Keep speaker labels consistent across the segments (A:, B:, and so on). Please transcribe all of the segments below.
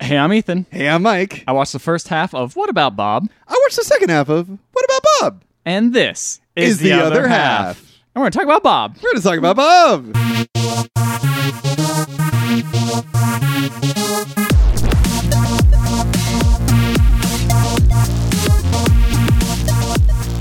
A: Hey, I'm Ethan.
B: Hey, I'm Mike.
A: I watched the first half of What About Bob?
B: I watched the second half of What About Bob?
A: And this is,
B: Is the other half.
A: And we're going to talk about Bob.
B: We're going to talk about Bob.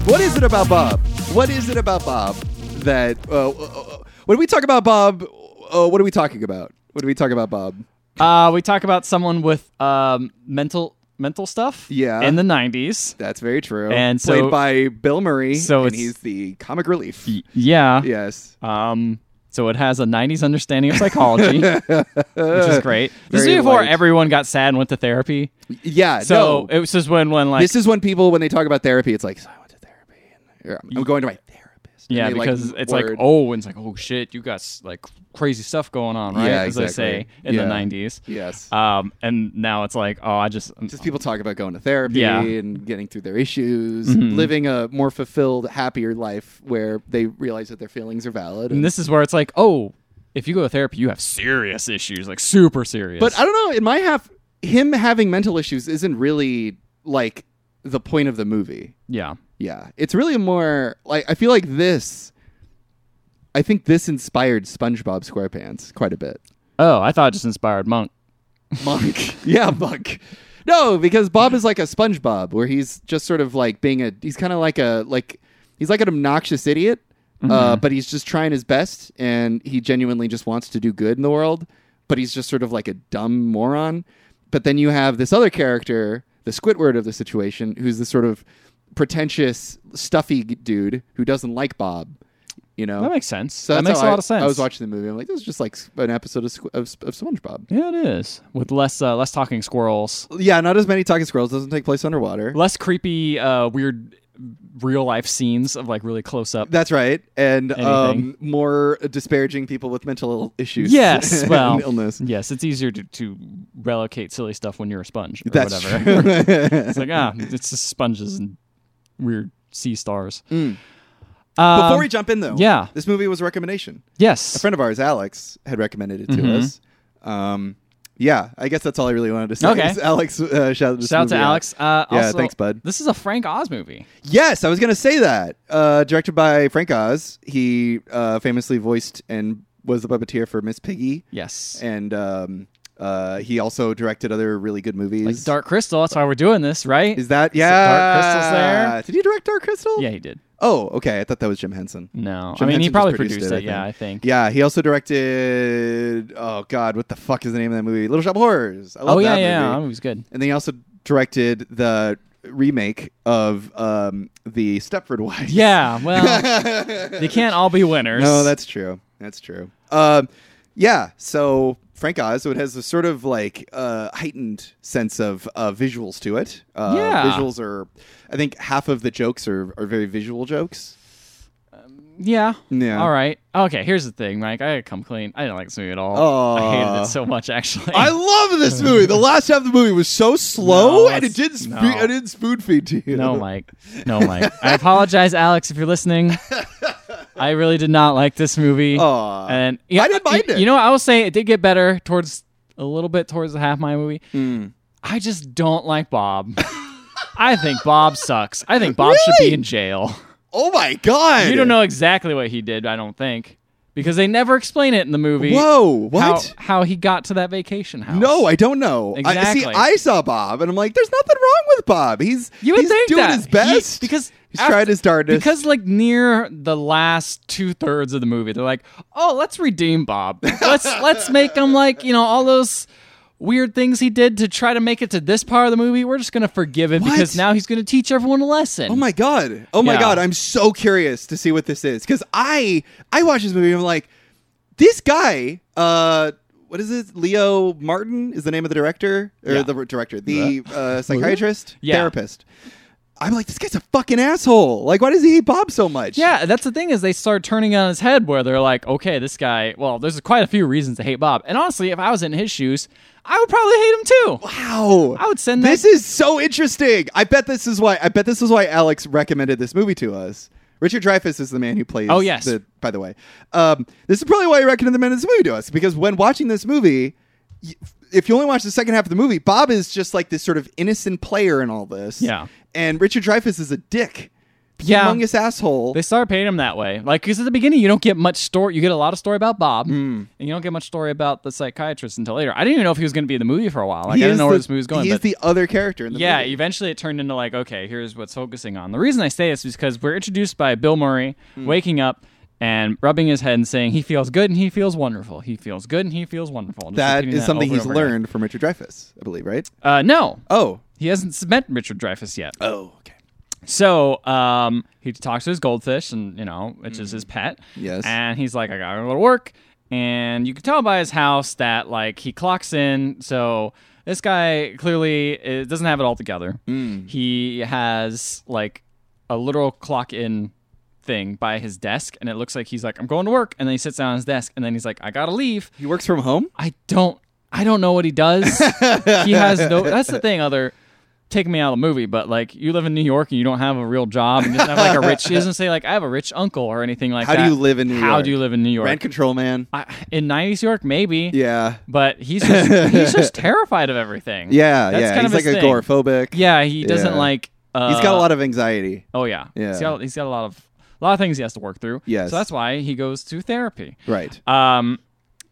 B: What is it about Bob? What is it about Bob that uh, uh, uh, when we talk about Bob, uh, what are we talking about? What do we talk about Bob?
A: Uh, we talk about someone with um, mental mental stuff
B: Yeah.
A: in the 90s.
B: That's very true.
A: And so-
B: played by Bill Murray,
A: So
B: and
A: it's-
B: he's the comic relief.
A: Yeah.
B: yes,
A: Um, so it has a 90s understanding of psychology, which is great. This is
B: Very
A: before
B: light.
A: everyone got sad and went to therapy.
B: yeah.
A: So
B: no.
A: it was just when, when like,
B: this is when people when they talk about therapy it's like so i went to therapy and or, I'm- i'm going to my therapist And
A: yeah,
B: they, like,
A: because it's like,
B: word-
A: oh, and it's like, oh shit, you got s- like crazy stuff going on, right?
B: Yeah,
A: As they say
B: exactly.
A: in
B: Yeah.
A: the 90s.
B: yes
A: Um, and now it's like, oh, I just,
B: just people talk about going to therapy
A: Yeah. Mm-hmm.
B: and getting through their issues living a more fulfilled happier life where they realize that their feelings are valid
A: And
B: and-
A: this is where it's like, oh, if you go to therapy, you have serious issues, like super serious.
B: but i don't know in my half him having mental issues isn't really like the point of the movie
A: yeah,
B: yeah it's really more like i feel like this i think this inspired spongebob squarepants quite a bit
A: oh, I thought it just inspired Monk.
B: Monk. yeah, Monk. No, because Bob is like a SpongeBob, where he's just sort of like being a. He's kind of like a like he's like an obnoxious idiot, uh,
A: Mm-hmm.
B: but he's just trying his best, and he genuinely just wants to do good in the world. But he's just sort of like a dumb moron. But then you have this other character, the Squidward of the situation, who's this sort of pretentious, stuffy g- dude who doesn't like Bob. You know,
A: That makes sense.
B: so
A: that
B: that's
A: makes a
B: how I-
A: lot of sense.
B: I was watching the movie. I'm like, this is just like an episode of, Squ- of, Sp- of SpongeBob.
A: Yeah, it is with less uh, less talking squirrels,
B: Yeah, not as many talking squirrels. Doesn't take place underwater.
A: less creepy, uh, weird, real life scenes of like really close up.
B: That's right, and um,
A: Anything.
B: more disparaging people with mental issues.
A: Yes,
B: and
A: well,
B: illness.
A: Yes, it's easier to, to relocate silly stuff when you're a sponge or
B: That's
A: whatever.
B: true.
A: It's like ah, it's just sponges and weird sea stars.
B: Mm.
A: Um,
B: Before we jump in, though,
A: yeah.
B: this movie was a recommendation.
A: yes,
B: A friend of ours, Alex, had recommended it to
A: Mhm.
B: us. Um, yeah, I guess that's all I really wanted to say.
A: Okay.
B: is Alex, uh, shout, this
A: shout out to
B: movie
A: Alex. Uh,
B: Yeah,
A: also,
B: thanks, bud.
A: This is a Frank Oz movie.
B: Yes, I was going to say that. Uh, directed by Frank Oz, he uh, famously voiced and was the puppeteer for Miss Piggy,
A: Yes.
B: and um, uh, he also directed other really good movies.
A: like Dark Crystal. That's why we're doing this, right?
B: Is that yeah?
A: Dark Crystal's there?
B: Did he direct Dark Crystal?
A: yeah, he did.
B: Oh, okay. I thought that was Jim Henson.
A: No, I mean
B: Jim Henson
A: he
B: just
A: probably
B: produced
A: produced,
B: it,
A: it.
B: I
A: yeah, I think.
B: Yeah, he also directed. Oh God, what the fuck is the name of that movie? Little Shop of Horrors. I love
A: oh yeah,
B: that
A: yeah,
B: movie.
A: that was good.
B: And then he also directed the remake of um, the Stepford Wives.
A: Yeah, well, they can't all be winners.
B: No, that's true. That's true. Um, yeah. So Frank Oz, so it has a sort of like uh, heightened sense of uh, visuals to it. Uh,
A: Yeah.
B: Visuals are, I think, half of the jokes are, are very visual jokes.
A: yeah.
B: Yeah.
A: All right. Okay. Here's the thing, Mike. I gotta come clean. I didn't like this movie at all. I hated
B: Aw.
A: it so much, actually.
B: I love this movie. The last half of the movie was so slow,
A: No,
B: and it
A: it's-
B: didn't. Spe-
A: no.
B: I didn't spoon feed to you.
A: no, Mike. No, Mike. I apologize, Alex, if you're listening. I really did not like this movie.
B: Aw.
A: and yeah,
B: Uh, I didn't mind
A: you,
B: it.
A: You know, what? I will say it did get better towards a little bit towards the half my movie.
B: Hmm.
A: I just don't like Bob. I think Bob sucks. I think Bob should be
B: Really?
A: in jail.
B: Oh my god!
A: You don't know exactly what he did, I don't think, because they never explain it in the movie. how-
B: Whoa! What?
A: How, he got to that vacation house?
B: No, I don't know. I, see,
A: Exactly.
B: I saw Bob, and I'm like, "There's nothing wrong with Bob. He's
A: you would
B: he's
A: think
B: doing
A: that.
B: his best
A: He- because
B: he's
A: after-
B: tried his darndest."
A: Because like near the last two thirds of the movie, they're like, "Oh, let's redeem Bob. Let's let's make him like you know all those weird things he did to try to make it to this part of the movie. We're just gonna forgive him
B: What?
A: because now he's gonna teach everyone a lesson."
B: Oh my god! Oh my
A: Yeah.
B: god! I'm so curious to see what this is because I I watch this movie. and I'm like, this guy. uh What is it? Leo Martin is the name of the director or
A: Yeah.
B: the director, the uh, psychiatrist,
A: Yeah.
B: therapist. I'm like, this guy's a fucking asshole. Like, why does he hate Bob so much?
A: Yeah, that's the thing is they start turning it on his head where they're like, okay, this guy. Well, there's quite a few reasons to hate Bob, and honestly, if I was in his shoes, I would probably hate him too.
B: Wow.
A: I would send
B: This
A: that-
B: is so interesting. I bet this is why. I bet this is why Alex recommended this movie to us. Richard Dreyfuss is the man who plays.
A: Oh, yes.
B: The, by the way, um, this is probably why he recommended this movie to us because when watching this movie, y- if you only watch the second half of the movie, Bob is just like this sort of innocent player in all this.
A: Yeah.
B: And Richard Dreyfuss is a dick.
A: Yeah.
B: Humongous asshole.
A: They started painting him that way. Like, because at the beginning, you don't get much story. You get a lot of story about Bob,
B: Hmm.
A: and you don't get much story about the psychiatrist until later. I didn't even know if he was going to be in the movie for a while. Like,
B: He
A: I
B: is
A: didn't know
B: the-
A: where this movie was going.
B: He is
A: But
B: the other character in the
A: yeah,
B: movie.
A: eventually it turned into like, okay, here's what's focusing on. The reason I say this is because we're introduced by Bill Murray
B: Hmm.
A: waking up and rubbing his head and saying he feels good and he feels wonderful. He feels good and he feels wonderful. Just
B: that
A: repeating
B: is something
A: over and
B: he's
A: over again.
B: learned from Richard Dreyfuss, I believe, right?
A: Uh, no,
B: Oh.
A: he hasn't met Richard Dreyfuss yet.
B: Oh, okay.
A: So um, he talks to his goldfish, and you know, which is his pet.
B: Yes.
A: And he's like, I gotta go to work, and you can tell by his house that like he clocks in. So this guy clearly uh, doesn't have it all together. He has like a literal clock in thing by his desk, and it looks like he's like, I'm going to work, and then he sits down on his desk, and then he's like, I gotta leave.
B: He works from home?
A: I don't I don't know what he does. he has no that's the thing, other take me out of the movie, but like you live in New York and you don't have a real job and you don't have like a rich he doesn't say like I have a rich uncle or anything like
B: How do
A: that.
B: you live in New
A: How
B: York?
A: do you live in New York?
B: Rent control man.
A: I, in nineties New York, maybe.
B: Yeah.
A: But he's just he's just terrified of everything.
B: Yeah,
A: That's
B: yeah.
A: kind
B: he's
A: of
B: like
A: his thing.
B: agoraphobic.
A: Yeah, he doesn't
B: Yeah.
A: like uh,
B: He's got a lot of anxiety.
A: Oh yeah.
B: Yeah.
A: He's got, he's got a lot of a lot of things he has to work through.
B: Yes.
A: So that's why he goes to therapy.
B: Right.
A: Um,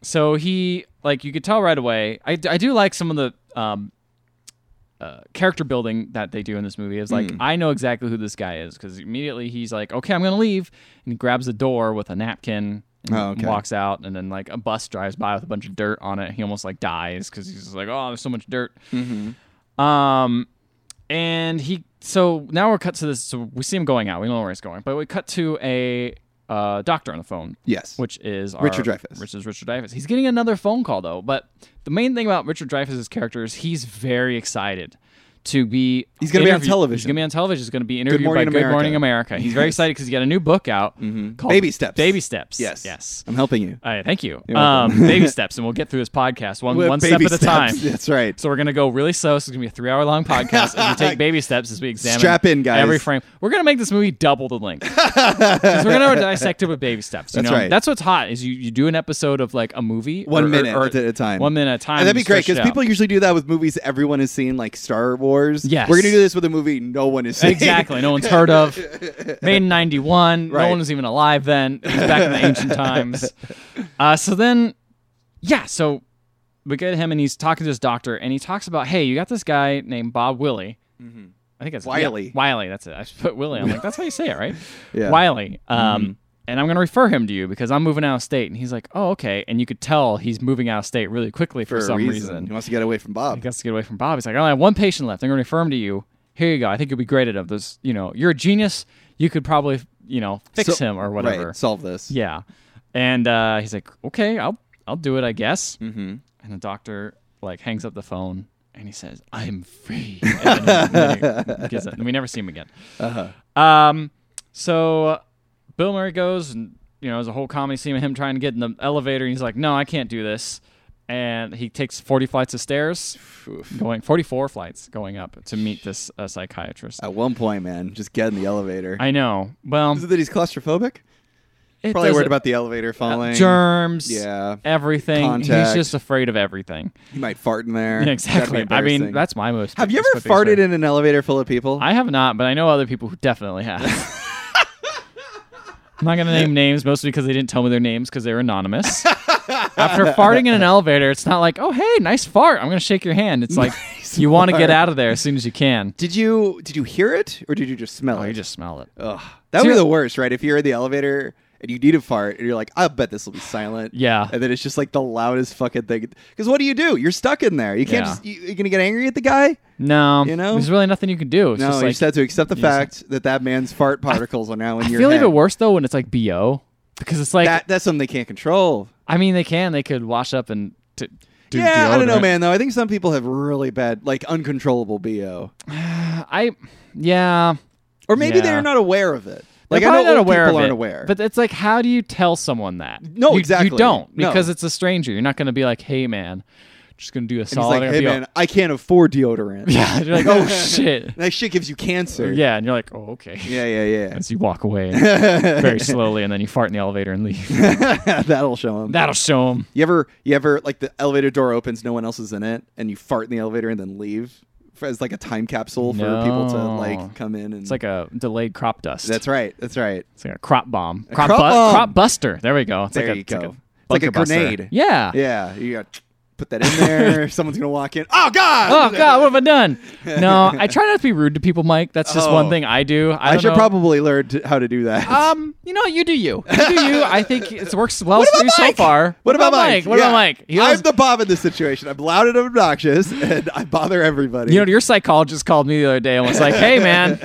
A: so he like you could tell right away. I, I do like some of the um, uh, character building that they do in this movie. Is like
B: Hmm.
A: I know exactly who this guy is because immediately he's like, okay, I'm gonna leave, and he grabs the door with a napkin. And
B: Oh, okay.
A: walks out and then like a bus drives by with a bunch of dirt on it he almost like dies because he's just like oh there's so much dirt
B: Mm-hmm.
A: um, and he so now we're cut to this. So we see him going out. We don't know where he's going, but we cut to a uh, doctor on the phone.
B: Yes.
A: which is our,
B: Richard Dreyfuss.
A: Which is Richard Dreyfuss. He's getting another phone call though. But the main thing about Richard Dreyfuss's character is he's very excited to be.
B: He's gonna be on
A: interview-
B: television.
A: He's gonna be on television. He's gonna be interviewed
B: Morning
A: by Good
B: America. Mm-hmm.
A: Morning America. He's very excited because he got a new book out called
B: Baby Steps.
A: Baby Steps.
B: Yes.
A: Yes.
B: I'm helping you.
A: All right, thank you. Um,
B: welcome.
A: baby steps, and we'll get through this podcast one, Uh, one step
B: Baby
A: at a
B: steps.
A: time.
B: That's right.
A: So we're gonna go really slow. So it's gonna be a three-hour-long podcast as we take baby steps as we examine
B: Strap in, guys.
A: every frame. We're gonna make this movie double the length. 'Cause we're gonna dissect it with baby steps. You
B: That's
A: know?
B: right.
A: That's what's hot is you, you do an episode of like a movie,
B: One
A: or- or-
B: minute
A: or
B: at a time.
A: One minute at a time.
B: And that'd
A: you
B: be great
A: stretch it
B: because
A: out.
B: people usually do that with movies everyone has seen, like Star Wars.
A: Yes.
B: We're gonna do this with a movie no one has seen.
A: exactly no one's heard of. Made in '91.
B: Right.
A: No one was even alive then. It was back in the ancient times. Uh, so then, yeah. So we get him, and he's talking to his doctor, and he talks about, hey, you got this guy named Bob Willie.
B: Mm-hmm.
A: I think it's
B: Wiley.
A: Yeah, Wiley. That's it. I just put Willie. I'm like, that's how you say it, right?
B: Yeah. Mm-hmm.
A: Wiley. Um, And I'm going to refer him to you because I'm moving out of state. And he's like, oh, okay. And you could tell he's moving out of state really quickly for,
B: for
A: some
B: a reason.
A: reason.
B: He wants to get away from
A: He
B: Bob.
A: gets to get away from Bob. He's like, "Oh, I only have one patient left. I'm going to refer him to you. Here you go. I think you'll be great at him. This, you know, you're a genius. You could probably, you know, fix
B: So-
A: him or whatever.
B: Right. Solve this.
A: Yeah. And uh, he's like, okay, I'll I'll do it, I guess. Mm-hmm. And the doctor like hangs up the phone and he says, I'm free. And then he- then he gets it. And we never see him again. Uh-huh. Um, so uh, Bill Murray goes and you know there's a whole comedy scene of him trying to get in the elevator. And he's like, no, I can't do this. And he takes 40 flights of stairs, going 44 flights going up to meet this uh, psychiatrist.
B: At one point, man, just get in the elevator.
A: I know. Well,
B: Is it that he's claustrophobic?
A: it
B: Probably worried
A: doesn't-
B: about the elevator falling.
A: germs.
B: Yeah.
A: everything.
B: Contact.
A: He's just afraid of everything.
B: He might fart in there.
A: Yeah,
B: That'd be
A: exactly. I mean,
B: embarrassing.
A: that's my most.
B: Have you
A: that's
B: ever
A: my biggest
B: farted
A: fear.
B: in an elevator full of people?
A: I have not, but I know other people who definitely have. I'm not gonna name names, mostly because they didn't tell me their names because they were anonymous. After farting in an elevator, it's not like, oh hey, nice fart. I'm gonna shake your hand. It's like you want to get
B: fart.
A: out of there as soon as you can.
B: Did you did you hear it or did you just smell
A: Oh,
B: it?
A: you just smell it.
B: Ugh. That would be
A: Ser-
B: the worst, right? If you're in the elevator and you need a fart and you're like, I bet this will be silent.
A: Yeah.
B: And then it's just like the loudest fucking thing. Because what do you do? You're stuck in there. You can't
A: Yeah.
B: just, you, you're going to get angry at the guy?
A: No,
B: You know?
A: there's really nothing you can do. It's
B: No,
A: just
B: you
A: like,
B: just have to accept the
A: just-
B: fact that that man's fart particles are now in
A: I
B: your
A: feel
B: head.
A: even worse though when it's like bo because it's like
B: That, that's something they can't control.
A: I mean they can they could wash up and t- do
B: yeah, I don't know,
A: deodorant.
B: man, though. I think some people have really bad, like uncontrollable BO.
A: I yeah.
B: Or maybe
A: Yeah.
B: they're not aware of it. Like,
A: They're
B: I
A: probably
B: know
A: not
B: old
A: aware
B: people
A: of
B: aren't
A: it,
B: aware.
A: But it's like, how do you tell someone that?
B: No,
A: You-
B: exactly.
A: You don't
B: No.
A: because it's a stranger. You're not going to be like, "Hey, man, just gonna do a
B: And he's
A: solid.
B: like,
A: I'm
B: hey
A: gonna be
B: man, I can't afford deodorant.
A: all- yeah, you're like, oh shit,
B: that shit gives you cancer.
A: yeah, and you're like, oh okay.
B: yeah, yeah,
A: As you walk away very slowly, and then you fart in the elevator and leave.
B: yeah. That'll show him.
A: That'll show them.
B: You ever, you ever like the elevator door opens, no one else is in it, and you fart in the elevator and then leave for- as like a time capsule for people to
A: No.
B: like come in and.
A: It's like a delayed crop dust.
B: that's right. That's right.
A: it's like a crop bomb, crop,
B: crop
A: bu-
B: bomb.
A: crop buster. There we go. It's
B: There
A: like a,
B: you
A: it's like
B: go.
A: a
B: It's like a
A: bunker buster.
B: grenade.
A: Yeah.
B: Yeah, you got put that in there. Someone's gonna walk in. Oh God!
A: Oh God, what have I done? No, I try not to be rude to people, Mike. That's just one
B: Oh.
A: thing I do. I,
B: I
A: don't
B: should
A: know.
B: probably learn to, how to do that.
A: Um, you know, you do you. You do you. I think it works well for you so
B: Mike?
A: far.
B: What, about, Mike?
A: What
B: Yeah.
A: about Mike? He always-
B: I'm the Bob in this situation. I'm loud and obnoxious, and I bother everybody.
A: you know, your psychologist called me the other day and was like, "Hey, man,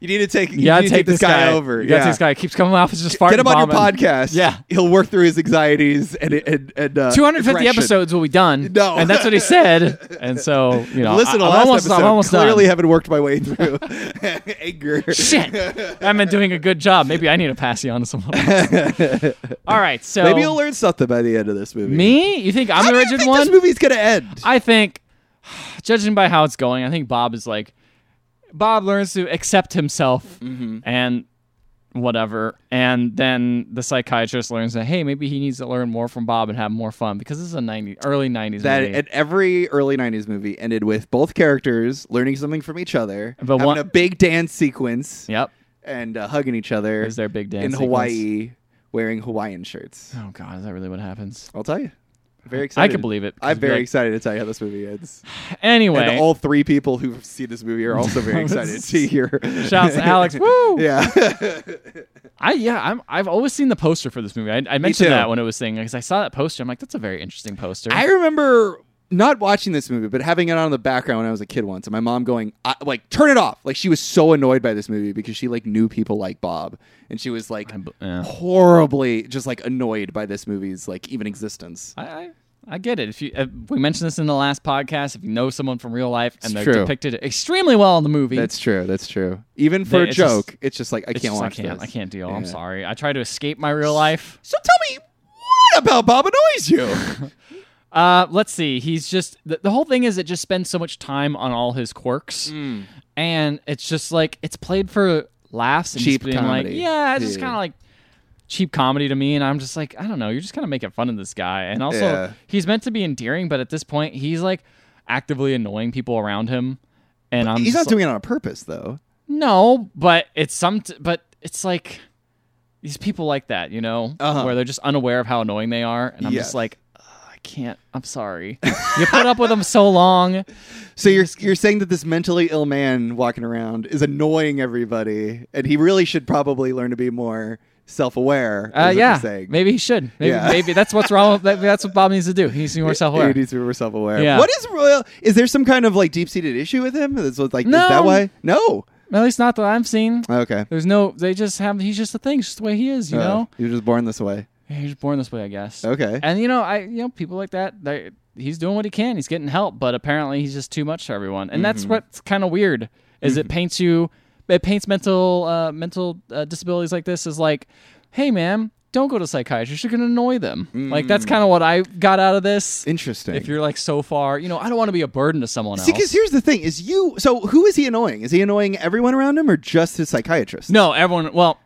B: You need to take. You
A: you gotta
B: need to
A: take this guy,
B: over.
A: You gotta
B: yeah.
A: take this guy. He keeps coming off. It's just farting.
B: Get him on your
A: bombing.
B: podcast.
A: Yeah.
B: he'll work through his anxieties and and, and uh,
A: 250
B: aggression.
A: episodes will be done.
B: No.
A: and that's what he said. And so, you know,
B: Listen to
A: I,
B: last
A: I'm almost,
B: episode.
A: I'm almost
B: Clearly,
A: done.
B: haven't worked my way through anger.
A: Shit, I've been doing a good job. Maybe I need to pass you on to someone. Else. All right, so
B: Maybe you'll learn something by the end of this movie.
A: me. You think I'm
B: How
A: the
B: do you
A: rigid
B: think
A: one?
B: This movie's gonna end.
A: I think, judging by how it's going, I think Bob is like, Bob learns to accept himself
B: Mm-hmm.
A: and whatever. And then the psychiatrist learns that, hey, maybe he needs to learn more from Bob and have more fun because this is a 90, early 90s
B: that
A: movie.
B: and every early 90s movie ended with both characters learning something from each other
A: But
B: having
A: one-
B: a big dance sequence
A: yep.
B: and uh, hugging each other
A: Is their big dance
B: in
A: sequence.
B: hawaii wearing hawaiian shirts
A: Oh, God. Is that really what happens?
B: i'll tell you very excited
A: could believe it, 'cause
B: i'm
A: it'd be
B: very
A: like-
B: excited to tell you how this movie ends
A: Anyway.
B: and all three people who've seen this movie are also very excited to hear
A: Shouts to Alex. Woo!
B: yeah
A: I yeah, I'm I've always seen the poster for this movie. I, I mentioned
B: too.
A: that when it was saying because I saw that poster. I'm like, that's a very interesting poster.
B: I remember not watching this movie, but having it on in the background when I was a kid once, and my mom going, I, like, turn it off. Like, she was so annoyed by this movie because she, like, knew people like Bob, and she was, like,
A: b- yeah.
B: horribly just, like, annoyed by this movie's, like, even existence.
A: I, I I get it. If you uh, we mentioned this in the last podcast, if you know someone from real life and they're
B: It's true.
A: depicted extremely well in the movie,
B: That's true. That's true. Even for a
A: It's just-
B: joke, it's just like, I
A: it's
B: can't
A: just,
B: watch
A: I can't.
B: this.
A: I can't deal. I'm
B: Yeah.
A: sorry. I try to escape my real life.
B: So tell me, what about Bob annoys you?
A: Uh, let's see. He's just the, the whole thing is it just spends so much time on all his quirks,
B: Mm.
A: and it's just like it's played for laughs and
B: Cheap
A: just being
B: comedy.
A: like, yeah, it's just
B: Yeah.
A: kind of like cheap comedy to me, and I'm just like, I don't know, you're just kind of making fun of this guy, and also
B: Yeah.
A: he's meant to be endearing, but at this point he's like actively annoying people around him, and I'm
B: He's
A: just
B: not
A: like-
B: doing it on purpose, though.
A: no, but it's some, but it's like these people like that, you know,
B: Uh-huh.
A: where they're just unaware of how annoying they are, and I'm
B: Yes.
A: just like, "Ugh, I can't. I'm sorry. you put up with them so long.
B: So you're you're saying that this mentally ill man walking around is annoying everybody, and he really should probably learn to be more
A: Uh,
B: self-aware. is what you're
A: yeah,
B: saying.
A: maybe he should. Maybe,
B: Yeah.
A: maybe that's what's wrong. With, maybe that's what Bob needs to do. He needs to be more self-aware.
B: He needs to be more self-aware.
A: Yeah.
B: What is real? Is there some kind of like deep-seated issue with him? Is what, like is
A: No.
B: that why? No.
A: At least not that I've seen.
B: Okay. Oh,
A: There's no. They just have. He's just a thing. It's just the way he is. You know.
B: you're just born this way.
A: He's born this way, I guess.
B: Uh. Okay.
A: And you know, I you know people like that. They he's doing what he can. He's getting help, but apparently he's just too much for everyone. And that's what's kind of weird. Is it paints you? It paints mental uh, mental uh, disabilities like this as like, hey man, don't go to psychiatrists. You're gonna annoy them. Like that's kind of what I got out of this.
B: Interesting.
A: Mm. If you're like so far, you know, I don't want to be a burden to someone
B: See, because
A: else.
B: here's the thing: is you. So who is he annoying? Is he annoying everyone around him, or just his psychiatrist?
A: No, everyone. Well.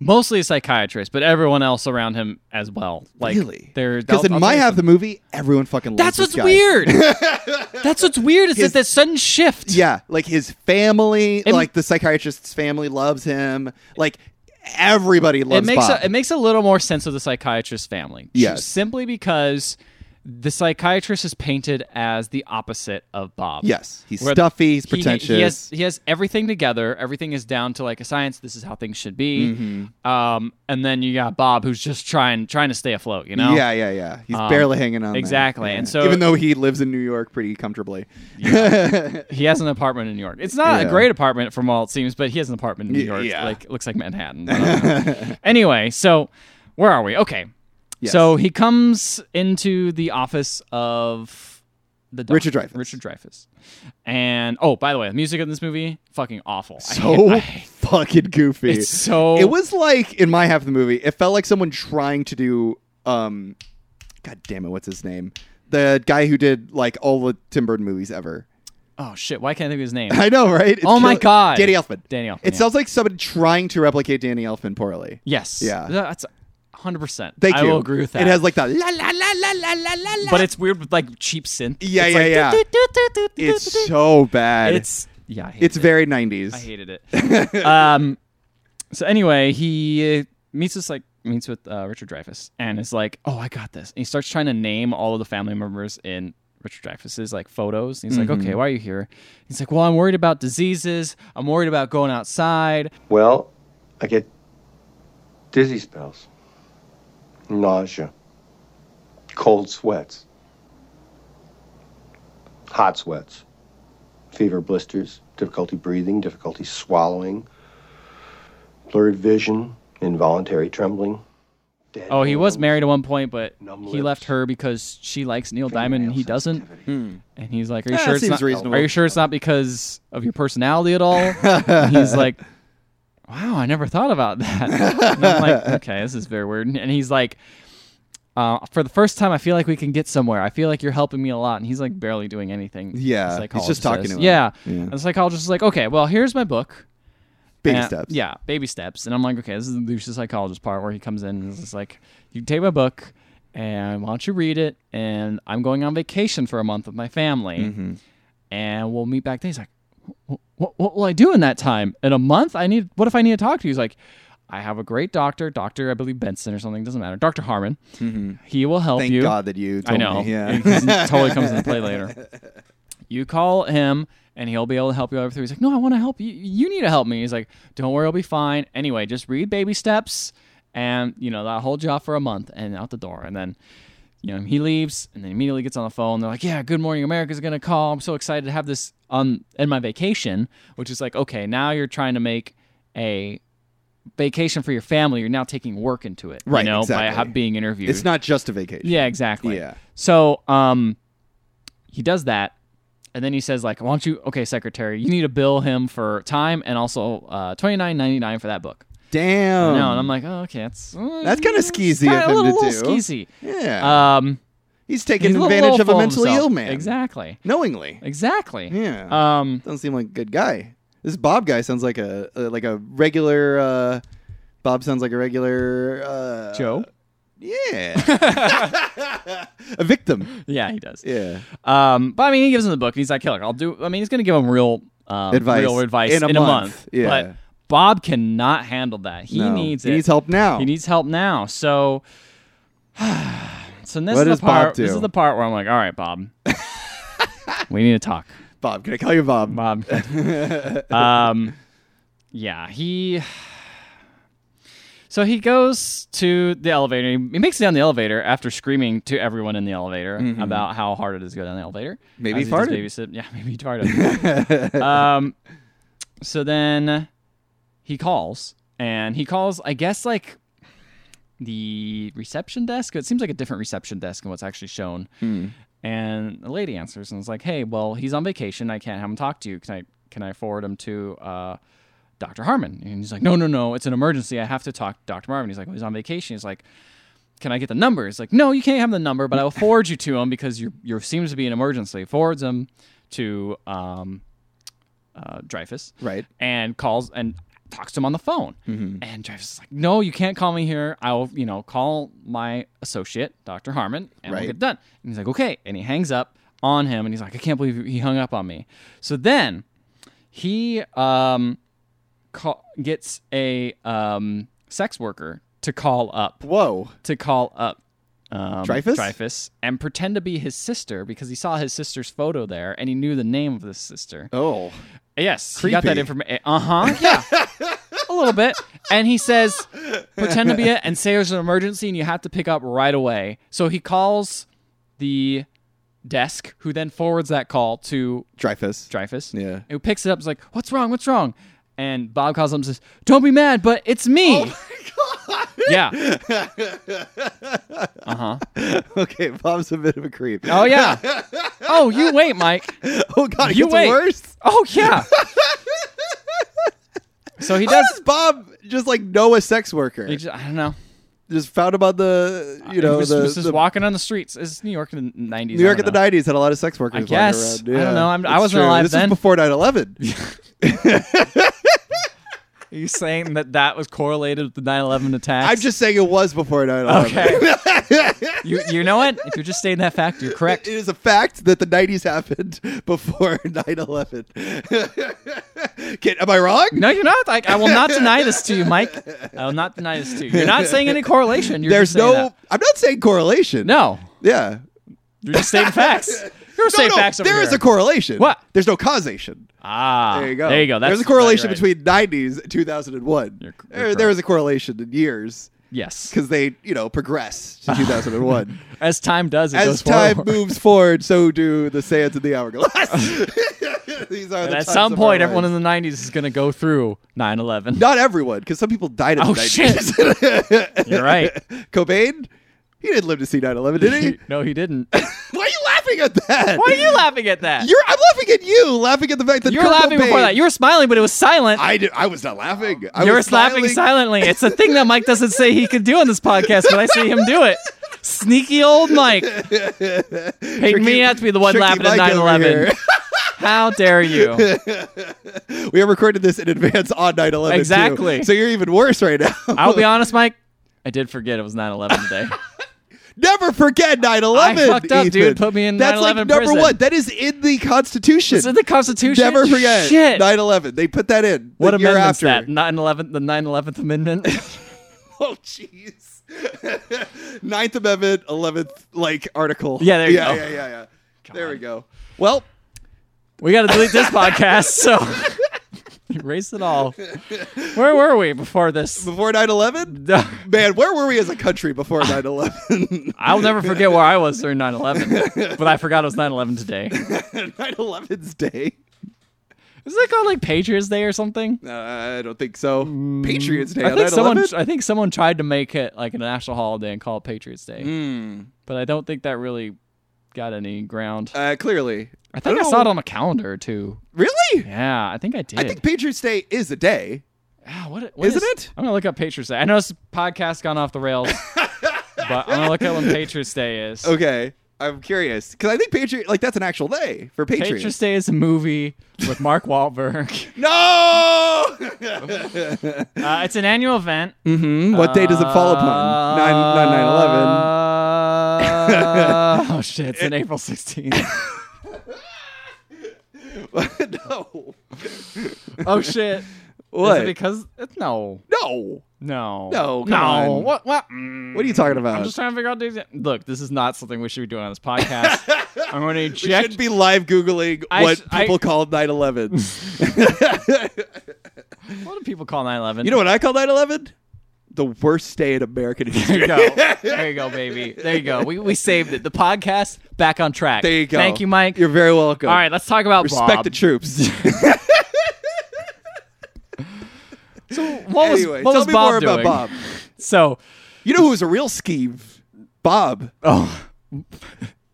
A: Mostly a psychiatrist, but everyone else around him as well. Like,
B: really.
A: they're
B: Because in
A: I'll- I'll
B: my
A: tell you
B: half of the movie, everyone fucking.
A: That's
B: loves this
A: what's
B: guy.
A: weird. That's what's weird is
B: His-
A: that that sudden shift.
B: Yeah, like his family,
A: It-
B: like the psychiatrist's family loves him. Like everybody
A: It
B: loves
A: makes
B: Bob.
A: a, it makes a little more sense of the psychiatrist family.
B: Yes.
A: Simply because the psychiatrist is painted as the opposite of Bob.
B: yes, he's
A: Where
B: stuffy, he's
A: he-
B: pretentious.
A: He, has he has everything together. Everything is down to like a science. This is how things should be.
B: Mm-hmm.
A: Um, and then you got Bob, who's just trying trying to stay afloat. You know. Um,
B: Yeah, yeah, yeah. He's barely hanging on. there.
A: exactly,
B: Yeah.
A: and so-
B: even though he lives in New York pretty comfortably,
A: He has an apartment in New York. It's not
B: Yeah.
A: a great apartment from all it seems, but he has an apartment in New
B: Y-
A: York.
B: yeah.
A: Like looks like Manhattan. but I don't know. anyway, so where are we? Okay.
B: Yes.
A: So he comes into the office of the doc-
B: Richard Dreyfuss.
A: Richard Dreyfuss. And oh, by the way, the music in this movie fucking awful. I
B: so
A: hate- I-
B: fucking goofy.
A: it's so
B: It was like in my half of the movie, it felt like someone trying to do um, God damn it, what's his name? the guy who did like all the Tim Burton movies ever.
A: Oh shit! Why can't I think of his name?
B: I know, right? It's
A: Oh my God.
B: Danny Elfman.
A: Danny Elfman,
B: It
A: yeah.
B: sounds like somebody trying to replicate Danny Elfman poorly.
A: Yes.
B: Yeah.
A: That's 100. percent
B: Thank
A: I
B: you.
A: will agree with that.
B: It has like that la la la la la la la. la.
A: but it's weird with like cheap synth.
B: Yeah,
A: it's
B: yeah,
A: like,
B: yeah.
A: "Do, do, do, do, do, do, do."
B: it's so bad.
A: it's yeah. I hate
B: it's
A: it.
B: very nineties.
A: I hated it. um, so anyway, he uh, meets this like meets with uh, Richard Dreyfuss and is like, "Oh, I got this." And he starts trying to name all of the family members in Richard Dreyfuss's like photos. And he's like, "Okay, why are you here?" He's like, "Well, I'm worried about diseases. I'm worried about going outside."
C: Well, I get dizzy spells, nausea, cold sweats, hot sweats, fever blisters, difficulty breathing, difficulty swallowing, blurred vision, involuntary trembling. dead
A: Oh, he was
C: hands,
A: married at one point, but
C: Numb
A: he left
C: lips.
A: her because she likes Neil Diamond and he
C: fingernail
A: doesn't.
C: sensitivity.
A: And he's like, "Are you
B: Yeah,
A: sure
B: that
A: it's
B: seems
A: not?
B: reasonable.
A: Are you sure it's not because of your personality at all?" And he's like, "Wow, I never thought about that." And I'm like, "Okay, this is very weird." And he's like, uh, "For the first time, I feel like we can get somewhere. I feel like you're helping me a lot." And he's like, barely doing anything.
B: Yeah,
A: The
B: he's
A: psychologist
B: just talking
A: says.
B: to him.
A: Yeah.
B: Yeah.
A: and the psychologist is like, "Okay, well, here's my book."
B: Baby
A: And-
B: steps.
A: Yeah, baby steps. And I'm like, okay, this is the Lucius psychologist part where he comes in and is like, you take my book and why don't you read it? And I'm going on vacation for a month with my family.
B: Mm-hmm.
A: And we'll meet back then. He's like, "Wh- wh- what will I do in that time? In a month? I need, what if I need to talk to you? He's like, I have a great doctor, Dr. I believe Benson or something, doesn't matter. Dr. Harmon. He will help
B: Mm-hmm. Thank
A: you.
B: God that you. Told
A: I know.
B: Me. Yeah.
A: It comes- totally comes into play later. You call him and he'll be able to help you over through. He's like, No, I want to help you. You need to help me. He's like, Don't worry, I'll be fine. Anyway, just read baby steps and you know, that'll hold you off for a month and out the door. And then you know, he leaves and then immediately gets on the phone. They're like, Yeah, Good Morning America's gonna call. I'm so excited to have this on in my vacation, which is like, okay, now you're trying to make a vacation for your family. You're now taking work into it.
B: Right,
A: You know, by
B: exactly.
A: ha- being interviewed.
B: It's not just a vacation.
A: Yeah, exactly.
B: Yeah.
A: So um he does that and then he says like, "Why don't you okay, secretary, you need to bill him for time and also uh 29.99 for that book."
B: Damn.
A: no, and I'm like, "Oh, okay, that's uh,
B: Um, That's kinda
A: it's
B: skeezy
A: kinda a
B: of him to
A: little, little
B: do.
A: skeezy.
B: Yeah.
A: Um
B: he's taking
A: he's a little
B: advantage
A: low
B: of a
A: full
B: mentally
A: himself.
B: ill man.
A: Exactly.
B: Knowingly.
A: Exactly.
B: Yeah.
A: Um
B: Doesn't seem like a good guy. This Bob guy sounds like a, a like a regular. Uh, Bob sounds like a regular. Uh,
A: Joe?
B: Yeah. a victim.
A: Yeah, he does.
B: Yeah.
A: Um, but I mean, he gives him the book, and he's like, "Hey, look, I'll do." I mean, he's going to give him real um,
B: Advice.
A: real advice
B: In a month. Yeah.
A: But Bob cannot handle that. He
B: No.
A: needs
B: He
A: it.
B: needs help now.
A: He needs help now. So, so this
B: What
A: is
B: does
A: the
B: Bob
A: part.
B: do?
A: This is the part where I'm like, "All right, Bob, we need to talk,
B: Bob. Can I call you Bob?
A: Bob." um, yeah, he. So he goes to the elevator. He makes it down the elevator after screaming to everyone in the elevator about how hard it is to go down the elevator.
B: Mm-hmm. Maybe
A: As
B: he
A: just
B: farted.
A: babysit- Yeah, maybe he farted. um, so then he calls, and he calls, I guess, like the reception desk. It seems like a different reception desk than what's actually shown. And the lady answers and is like, "Hey, well, he's on vacation. I can't have him talk to you. Can I? Can I forward him to?" Uh, Dr. Harmon. And he's like, no, no, no, it's an emergency. I have to talk to Dr. Marvin. He's like, well, he's on vacation. He's like, can I get the number? He's like, no, you can't have the number, but I will forward you to him because you you seems to be an emergency. Forwards him to um, uh, Dreyfus.
B: Right.
A: And calls and talks to him on the phone.
B: Mm-hmm.
A: And Dreyfus is like, no, you can't call me here. I'll, you know, call my associate, Dr. Harmon, and
B: Right.
A: we'll get done. And he's like, okay. And he hangs up on him and he's like, I can't believe he hung up on me. So then he um, call, gets a um, sex worker to call up
B: Whoa.
A: to call up um,
B: Dreyfus?
A: Dreyfus and pretend to be his sister because he saw his sister's photo there and he knew the name of this sister.
B: Oh.
A: Yes, he got that
B: creepy.
A: information. Uh huh. Yeah, a little bit. And he says, pretend to be it and say there's an emergency and you have to pick up right away. So he calls the desk, who then forwards that call to
B: Dreyfus.
A: Dreyfus.
B: Yeah.
A: Who picks it up and is like, What's wrong? What's wrong? And Bob calls him and says, Don't be mad, but it's me.
B: Oh
A: Yeah.
B: okay. Bob's a bit of a creep.
A: Oh yeah. Oh, you wait, Mike.
B: Oh God. It
A: You
B: gets
A: wait.
B: worse.
A: Oh yeah. So he
B: How does
A: does
B: Bob just like know a sex worker?
A: he just, I don't know.
B: just found him on the you know
A: was,
B: the,
A: was just
B: the-
A: walking on the streets. Is New York in the nineties?
B: New York in the nineties had a lot of sex workers.
A: I
B: walking
A: guess.
B: around.
A: I don't
B: Yeah,
A: know. I'm- I
B: it's
A: wasn't
B: true.
A: alive
B: This
A: then.
B: was before 9-11.
A: Are you saying that that was correlated with the 9/11 attacks?
B: I'm just saying it was before 9-11.
A: okay. you you know what? If you're just stating that fact, you're correct.
B: It is a fact that the 90s happened before 9-11. Can, am I wrong?
A: No, you're not. I, I will not deny this to you, Mike. I will not deny this to you. You're not saying any correlation. You're
B: There's
A: just saying
B: no.
A: that.
B: I'm not saying correlation.
A: no.
B: Yeah.
A: You're just stating facts. You're
B: No,
A: stating
B: no,
A: facts. over
B: there is
A: here.
B: a correlation.
A: What?
B: There's no causation.
A: ah.
B: There you go.
A: There you go. That's
B: There's a correlation
A: right, right.
B: between 90s and 2001.
A: You're c- you're
B: there, there was a correlation in years
A: yes.
B: because they, you know, progress to 2001.
A: As time does, it
B: As
A: goes
B: time
A: forward.
B: moves forward, so do the sands in the hourglass. These are
A: But
B: the
A: at
B: times
A: some
B: of our
A: point, everyone
B: lives.
A: in the 90s is going to go through 9 11.
B: Not everyone, because some people died in
A: Oh,
B: the 90s.
A: You're right.
B: Cobain, he didn't live to see 9 11, did he?
A: no, he didn't.
B: Why are you laughing at that?
A: Why are you laughing at that?
B: You're, I'm laughing at you, laughing at the fact that
A: You were
B: Kurt
A: laughing before
B: Cobain-
A: that. You were smiling, but it was silent.
B: I, did, I was not laughing. I
A: you were
B: was
A: laughing silently. It's a thing that Mike doesn't say he could do on this podcast, but I see him do it. Sneaky old Mike. Paid me out to be the one
B: Tricky
A: laughing at 9
B: Mike over
A: 11. How dare you?
B: here. we have recorded this in advance on 9 11.
A: Exactly.
B: So you're even worse right now.
A: I'll be honest, Mike. I did forget it was 9 11 today.
B: Never forget 9 11.
A: I fucked up, dude. Put me in
B: That's
A: 9/11
B: like number
A: prison.
B: one. That is in the Constitution.
A: It's in the Constitution.
B: Never forget
A: Shit.
B: 9 11. They put that in.
A: what
B: the year
A: amendment's
B: after.
A: that? 9 11, the 9 11th Amendment?
B: Oh, jeez. Ninth Amendment, eleventh like article.
A: Yeah, there you
B: yeah,
A: go.
B: Yeah, yeah, yeah. There we go. Well,
A: We got to delete this podcast, so erase it all. Where were we before this?
B: before 9/11, man, where were we as a country before 9/11?
A: I'll never forget where I was during 9 11, but I forgot it was 9 11 today.
B: 9/11's day.
A: Isn't that called like Patriots Day or something?
B: Uh, I don't think so. Patriots Day.
A: Mm, I
B: on
A: think someone
B: 9/11?
A: I think someone tried to make it like a national holiday and call it Patriots Day,
B: Hmm.
A: but I don't think that really got any ground.
B: Uh, clearly,
A: I think I,
B: don't
A: saw it
B: know.
A: on the calendar too.
B: Really?
A: Yeah, I think I did.
B: I think Patriots Day is a day.
A: Ah, what, what
B: Isn't
A: is-
B: it?
A: I'm gonna look up Patriots Day. I know this podcast gone off the rails, but I'm gonna look up when Patriots Day is.
B: Okay, I'm curious because I think Patriot like that's an actual day for Patriots.
A: Patriots Day is a movie with Mark Wahlberg.
B: No.
A: Uh, it's an annual event.
B: Hmm, what day does it fall upon? Nine, nine, nine, eleven.
A: Uh, oh shit! It's an April 16th.
B: no.
A: Oh shit! Is
B: What?
A: it because it's no,
B: No.
A: no,
B: No, come
A: no.
B: on. Oh,
A: What? What? Mm.
B: What are you talking about?
A: I'm just trying to figure out. Days. Look, this is not something we should be doing on this podcast. I'm going to
B: we
A: eject.
B: should be live googling
A: I
B: what
A: sh- I-
B: people call 9/11.
A: what do people call 9/11?
B: you know what I call 9/11? The worst day in American
A: There
B: history.
A: you go. There you go, baby. There you go. We, we saved it. The podcast back on track.
B: There you go.
A: Thank you, Mike.
B: You're very welcome.
A: All right, let's talk about
B: Respect
A: Bob.
B: the troops.
A: what was,
B: anyway,
A: what
B: tell
A: was
B: me
A: Bob
B: more
A: doing?
B: about Bob.
A: So,
B: You know who's a real skeeve? Bob.
A: oh, Uh,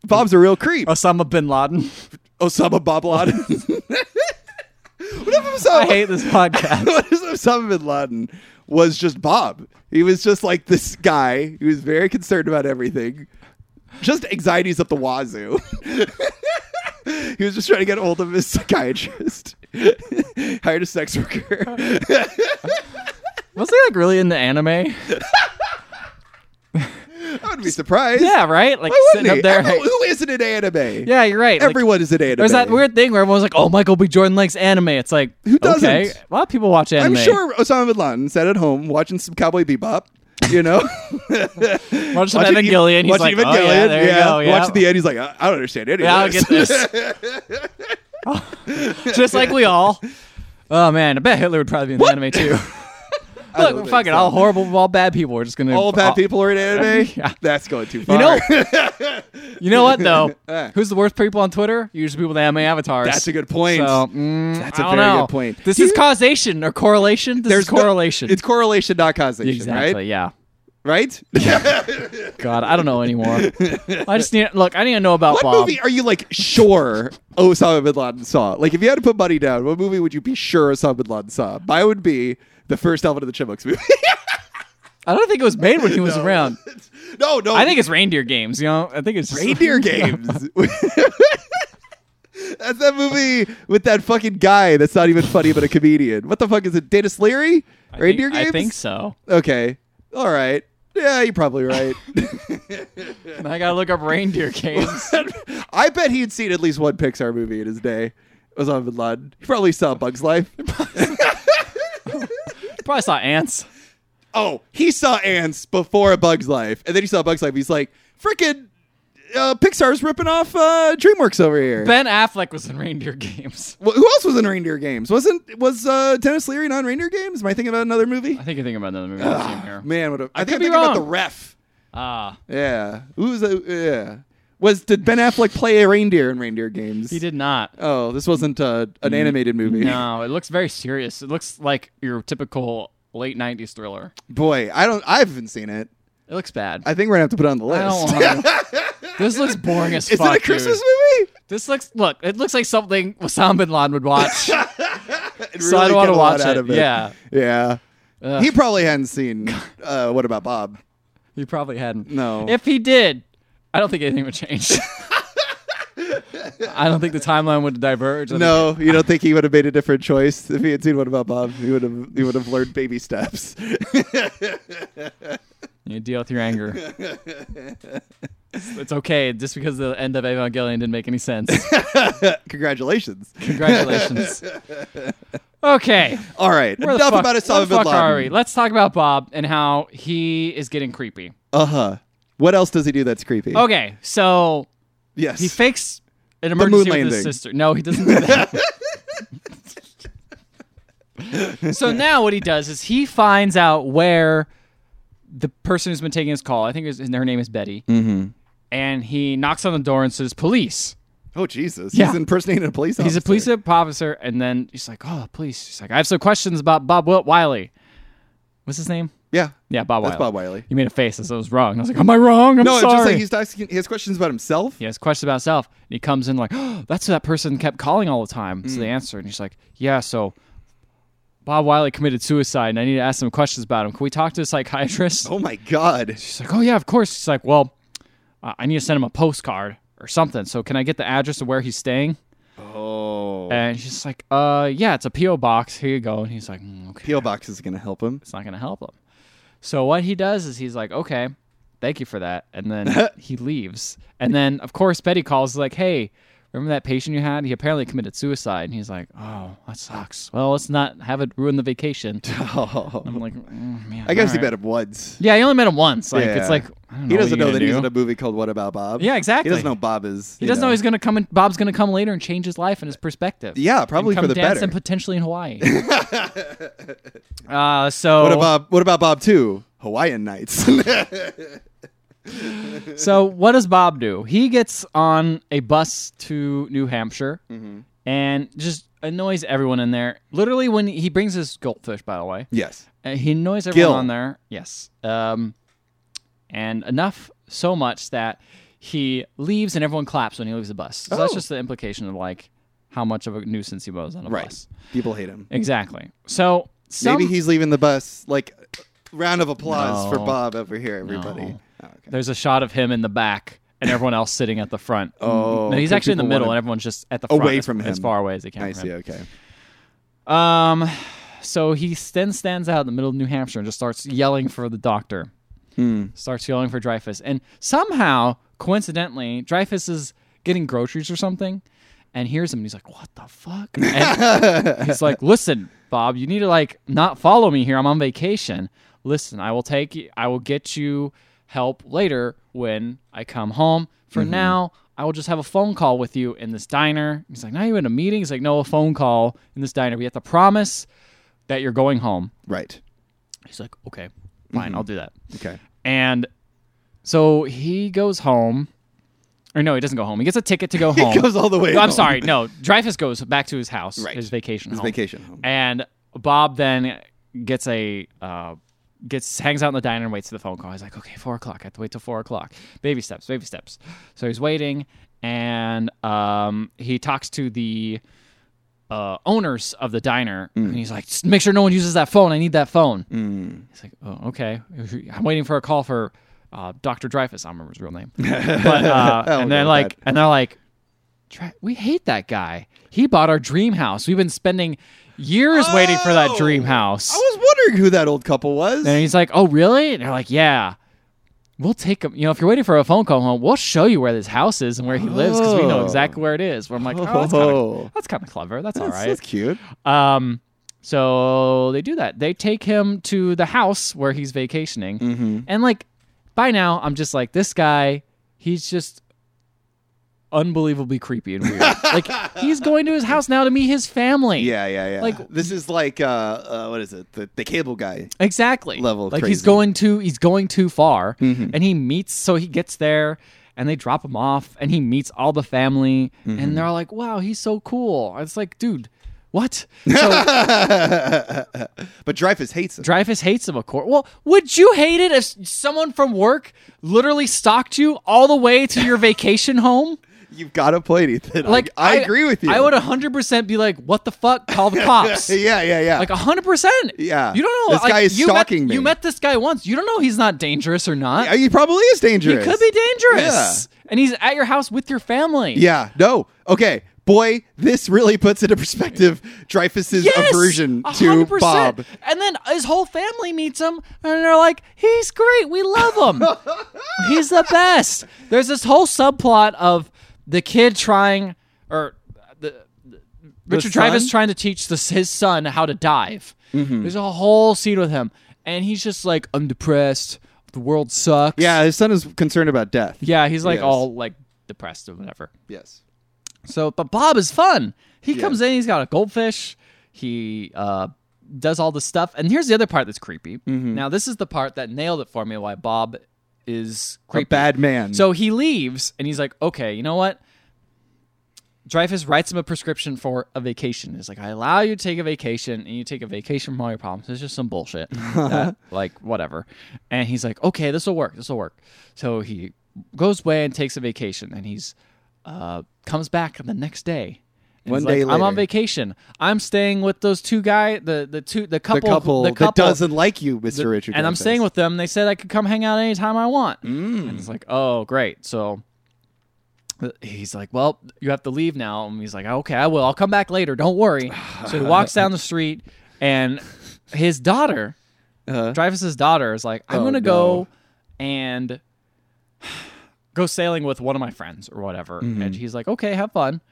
B: Bob's a real creep.
A: Osama bin Laden.
B: Osama Bob Laden. what if Osama,
A: I hate this podcast.
B: what if Osama bin Laden was just Bob? He was just like this guy who was very concerned about everything. Just anxieties up the wazoo. he was just trying to get hold of his psychiatrist. Hired a sex worker.
A: Was he like really into anime?
B: I wouldn't be surprised.
A: Yeah, right. Like
B: Why
A: sitting
B: wouldn't he?
A: up there.
B: Everyone- who isn't in anime?
A: yeah, you're right. Like,
B: Everyone is in anime.
A: there's that weird thing where everyone's like, "Oh, Michael B. Jordan likes anime." It's like, who
B: doesn't?
A: Okay, a lot of people watch
B: I'm
A: anime.
B: sure Osama bin Laden sat at home watching some Cowboy Bebop. You know,
A: Watch some
B: Watching
A: Evangelion.
B: Ev-
A: He's like,
B: watching
A: "Oh yeah,
B: Evangelion,
A: there you go." Yeah.
B: Watching the end, he's like, I, I don't understand any
A: Yeah, I'll
B: of this.
A: get this. Just like we all. Oh man, I bet Hitler would probably be in the anime too. Look,
B: think
A: fuck it.
B: so.
A: All horrible, all bad people. We're just gonna
B: All bad people are in anime.
A: Yeah.
B: That's going too far.
A: You know, you know what though? Who's the worst people on Twitter? Usually people with anime avatars.
B: That's a good point.
A: So, mm,
B: That's a
A: I don't
B: very
A: know.
B: good point.
A: This
B: Do
A: is
B: you-
A: causation or correlation. This is
B: no-
A: correlation.
B: it's correlation, not causation.
A: exactly.
B: Right.
A: Yeah.
B: Right.
A: God, I don't know anymore. I just need look. I need to know about
B: what
A: Bob.
B: movie are you like sure Osama bin Laden saw? Like, if you had to put money down, what movie would you be sure Osama bin Laden saw? Mine would be the first Alvin and the Chipmunks movie.
A: I don't think it was made when he was
B: No.
A: around.
B: No, no.
A: I think it's reindeer games. You know, I think it's just,
B: reindeer games. That's that movie with that fucking guy that's not even funny but a comedian. What the fuck is it? Data Leary?
A: I think-
B: Reindeer games?
A: I think so.
B: Okay. All right. Yeah, you're probably right.
A: I gotta look up reindeer games.
B: I bet he'd seen at least one Pixar movie in his day. Osama bin Laden. He probably saw Bugs Life.
A: Probably saw ants.
B: oh, he saw Ants before A Bug's Life, and then he saw Bug's Life. He's like, freaking uh, Pixar's ripping off uh, DreamWorks over here.
A: Ben Affleck was in reindeer games.
B: Wh- who else was in Reindeer Games? Wasn't was uh, Dennis Leary not in Reindeer Games? Am I thinking about another movie?
A: I think you're thinking about another movie I've seen here.
B: Man, what a, I, think
A: could
B: I'm
A: be
B: thinking about the
A: wrong.
B: ref.
A: Ah,
B: Yeah, who was that? Yeah, was did Ben Affleck play a reindeer in Reindeer Games?
A: he did not.
B: Oh, this wasn't uh, an animated movie.
A: Mm-hmm. No, it looks very serious. It looks like your typical late '90s thriller.
B: Boy, I don't. I haven't seen it.
A: It looks bad.
B: I think we're gonna have to put it on the list.
A: I don't want This looks boring as
B: Is
A: fuck.
B: it a Christmas
A: dude.
B: movie?
A: This looks look. It looks like something Osama bin Laden would watch.
B: It
A: So I
B: really
A: don't wanna
B: get a lot
A: watch
B: out
A: it.
B: of it.
A: Yeah.
B: yeah.
A: Ugh.
B: He probably hadn't seen. Uh, what about Bob?
A: he probably hadn't.
B: No.
A: If he did, I don't think anything would change. I don't think the timeline would diverge. I
B: No, you don't think he would have made a different choice if he had seen What About Bob? He would have. He would have learned baby steps.
A: think You deal with your anger. it's okay. Just because the end of Evangelion didn't make any sense.
B: Congratulations.
A: Congratulations. Okay.
B: All right,
A: Where the
B: enough
A: fuck-
B: about
A: where
B: Osama
A: the
B: bin
A: fuck are we?
B: Laden.
A: Let's talk about Bob and how he is getting creepy.
B: Uh huh. What else does he do that's creepy?
A: Okay, so
B: Yes.
A: Oh, He fakes an emergency with his
B: landing.
A: sister. No, he doesn't do that. so now what he does is he finds out where the person who's been taking his call, I think his, her name is Betty,
B: Mm-hmm.
A: and he knocks on the door and says, police.
B: oh Jesus.
A: Yeah.
B: He's impersonating a police officer.
A: He's a police officer, and then he's like, oh, police. He's like, I have some questions about Bob Wil- Wiley. What's his name?
B: Yeah.
A: Yeah, Bob Wiley.
B: That's Bob Wiley.
A: You made a face as I was wrong. I was like, am I wrong? I'm
B: No,
A: sorry.
B: it's just like he's asking. He has questions about himself.
A: he has questions about himself and he comes in like oh, that's what that person kept calling all the time so
B: Mm.
A: they answer and he's like yeah so bob wiley committed suicide and i need to ask some questions about him can we talk to a psychiatrist
B: Oh my God.
A: she's like oh yeah of course she's like well uh, i need to send him a postcard or something so can i get the address of where he's staying
B: Oh.
A: and she's like uh yeah it's a po box here you go and he's like "Mm, okay
B: P.O. box is gonna help him.
A: it's not gonna help him so what he does is he's like okay thank you for that and then he leaves and then of course betty calls like hey remember that patient you had he apparently committed suicide and he's like oh that sucks well let's not have it ruin the vacation
B: Oh.
A: i'm like mm, man
B: I guess he
A: alright."
B: met him once.
A: yeah he only met him once like
B: Yeah.
A: it's like I don't
B: He
A: know
B: doesn't
A: what
B: know
A: you're
B: that
A: gonna
B: he's
A: do.
B: in a movie called What About Bob?
A: Yeah, exactly.
B: He doesn't know Bob is.
A: he
B: you
A: doesn't know.
B: know
A: he's gonna come and bob's gonna come later and change his life and his perspective
B: Yeah, probably
A: and
B: for
A: come
B: the
A: dance
B: better.
A: and potentially in hawaii uh so
B: What about What about Bob too? Hawaiian Nights.
A: So what does Bob do? He gets on a bus to New Hampshire
B: Mm-hmm.
A: and just annoys everyone in there. Literally, when he brings his goldfish, by the way,
B: yes.
A: uh, he annoys everyone
B: Gil.
A: on there. Yes, um, and enough so much that he leaves and everyone claps when he leaves the bus. So that's
B: Oh.
A: just the implication of like how much of a nuisance he was on a
B: Right.
A: bus.
B: People hate him.
A: Exactly. So some,
B: Maybe he's leaving the bus. Like, round of applause for
A: No.
B: Bob over here, everybody.
A: No.
B: Oh, okay.
A: There's a shot of him in the back and everyone else sitting at the front.
B: Oh,
A: no, he's
B: 'cause
A: actually in the
B: people
A: middle,
B: wanna-
A: and everyone's just at the front,
B: Away
A: as-
B: from
A: as
B: him.
A: far away as they can.
B: I
A: from
B: see.
A: him.
B: Okay.
A: Um, so he s- then stands out in the middle of New Hampshire and just starts yelling for the doctor.
B: Hmm.
A: Starts yelling for Dreyfus, and somehow, coincidentally, Dreyfus is getting groceries or something, and hears him. And he's like, "What the fuck?" And he's like, "Listen, Bob, you need to like not follow me here. I'm on vacation. Listen, I will take you. I will get you help later when I come home. For
B: Mm-hmm.
A: now." I will just have a phone call with you in this diner. He's like, now you're in a meeting. He's like, no, a phone call in this diner. We have to promise that you're going home.
B: Right.
A: He's like, okay, fine, I'll do that.
B: Mm-hmm. Okay.
A: And so he goes home. Or no, he doesn't go home. He gets a ticket to go home.
B: He goes all the way.
A: No, Oh. I'm
B: home.
A: sorry. No, Dreyfus goes back to his house,
B: Right.
A: his vacation
B: His
A: home.
B: vacation home.
A: And Bob then gets a uh, gets hangs out in the diner and waits for the phone call. He's like, okay, four o'clock. I have to wait till four o'clock. Baby steps, baby steps. So he's waiting, and um, he talks to the uh, owners of the diner, and he's like, "Just make sure no one uses that phone. I need that phone. He's like, oh, okay. I'm waiting for a call for uh, Dr. Dreyfus. I don't remember his real name. But, uh, and then
B: go with
A: like,
B: that.
A: and they're like, "Dre- we hate that guy. He bought our dream house. We've been spending years waiting for that dream house.
B: Oh. I was wondering who that old couple was.
A: And he's like, "Oh, really?" And they're like, "Yeah, we'll take him. You know, if you're waiting for a phone call home, we'll show you where this house is and where he lives because we know
B: Oh.
A: exactly where it is." Where I'm like, "Oh, that's kinda-
B: Oh.
A: that's kind of clever. That's all
B: That's,
A: right."
B: that's cute.
A: Um, so they do that. They take him to the house where he's vacationing,
B: Mm-hmm.
A: and like by now, I'm just like, this guy, he's just unbelievably creepy and weird. like he's going to his house now to meet his family.
B: Yeah, yeah, yeah.
A: Like-
B: Like this is like uh, uh what is it? The, the cable guy.
A: Exactly.
B: level of
A: Like he's
B: crazy. Mm-hmm.
A: going too he's going too far and he meets so he gets there and they drop him off and he meets all the family
B: Mm-hmm.
A: and they're all like, "Wow, he's so cool." It's like, "Dude, what?" So
B: but Dreyfus hates him.
A: Dreyfus hates him, of course. Well, would you hate it if someone from work literally stalked you all the way to your vacation home?
B: You've got to play Ethan.
A: Like,
B: Like I, agree with you.
A: I would 100% be like, "What the fuck? Call the cops."
B: yeah, yeah, yeah.
A: Like hundred percent.
B: Yeah.
A: You don't know.
B: This
A: like,
B: guy is
A: you met-
B: stalking me.
A: You met this guy once. You don't know he's not dangerous or not.
B: Yeah, he probably is
A: He
B: dangerous.
A: could be dangerous. And he's at your house with your family.
B: Yeah. No. Okay. Boy, this really puts into perspective Dreyfus's
A: Yes,
B: aversion
A: a
B: to
A: hundred percent.
B: Bob.
A: And then his whole family meets him and they're like, he's great. We love him. he's the best. There's this whole subplot of the kid trying, or the, the- Richard
B: son? Mm-hmm.
A: Travis trying to teach this, his son how to dive. There's a whole scene with him. And he's just like, I'm depressed. The world sucks.
B: Yeah, his son is concerned about death.
A: Yeah. He's like
B: Yes.
A: all like depressed or whatever.
B: Yes.
A: So, but Bob is fun. He comes in, he's got a goldfish. He uh, does all the stuff. And here's the other part that's creepy.
B: Mm-hmm.
A: Now, this is the part that nailed it for me why Bob is creepy.
B: A bad man.
A: So he leaves and he's like, okay, you know what? Dreyfus writes him a prescription for a vacation. He's like, I allow you to take a vacation and you take a vacation from all your problems. It's just some bullshit. that, like, whatever. And he's like, okay, this will work. This will work. So he goes away and takes a vacation and he's uh, comes back the next day. And
B: One
A: he's like,
B: day
A: I'm on
B: later."
A: vacation. I'm staying with those two guy, the the two the
B: the
A: couple
B: couple,
A: the
B: that doesn't like you, Mr. Richard.
A: and I'm
B: Dreyfuss.
A: staying with them. They said I could come hang out anytime I want. Mm. And it's like, oh, great. So uh, he's like, well, you have to leave now. And he's like, okay, I will. I'll come back later. Don't worry. so he walks down the street, and his daughter,
B: Uh-huh.
A: Dreyfus's daughter, is like, I'm
B: Oh,
A: gonna
B: no.
A: go and go sailing with one of my friends or whatever.
B: Mm-hmm.
A: And he's like, okay, have fun.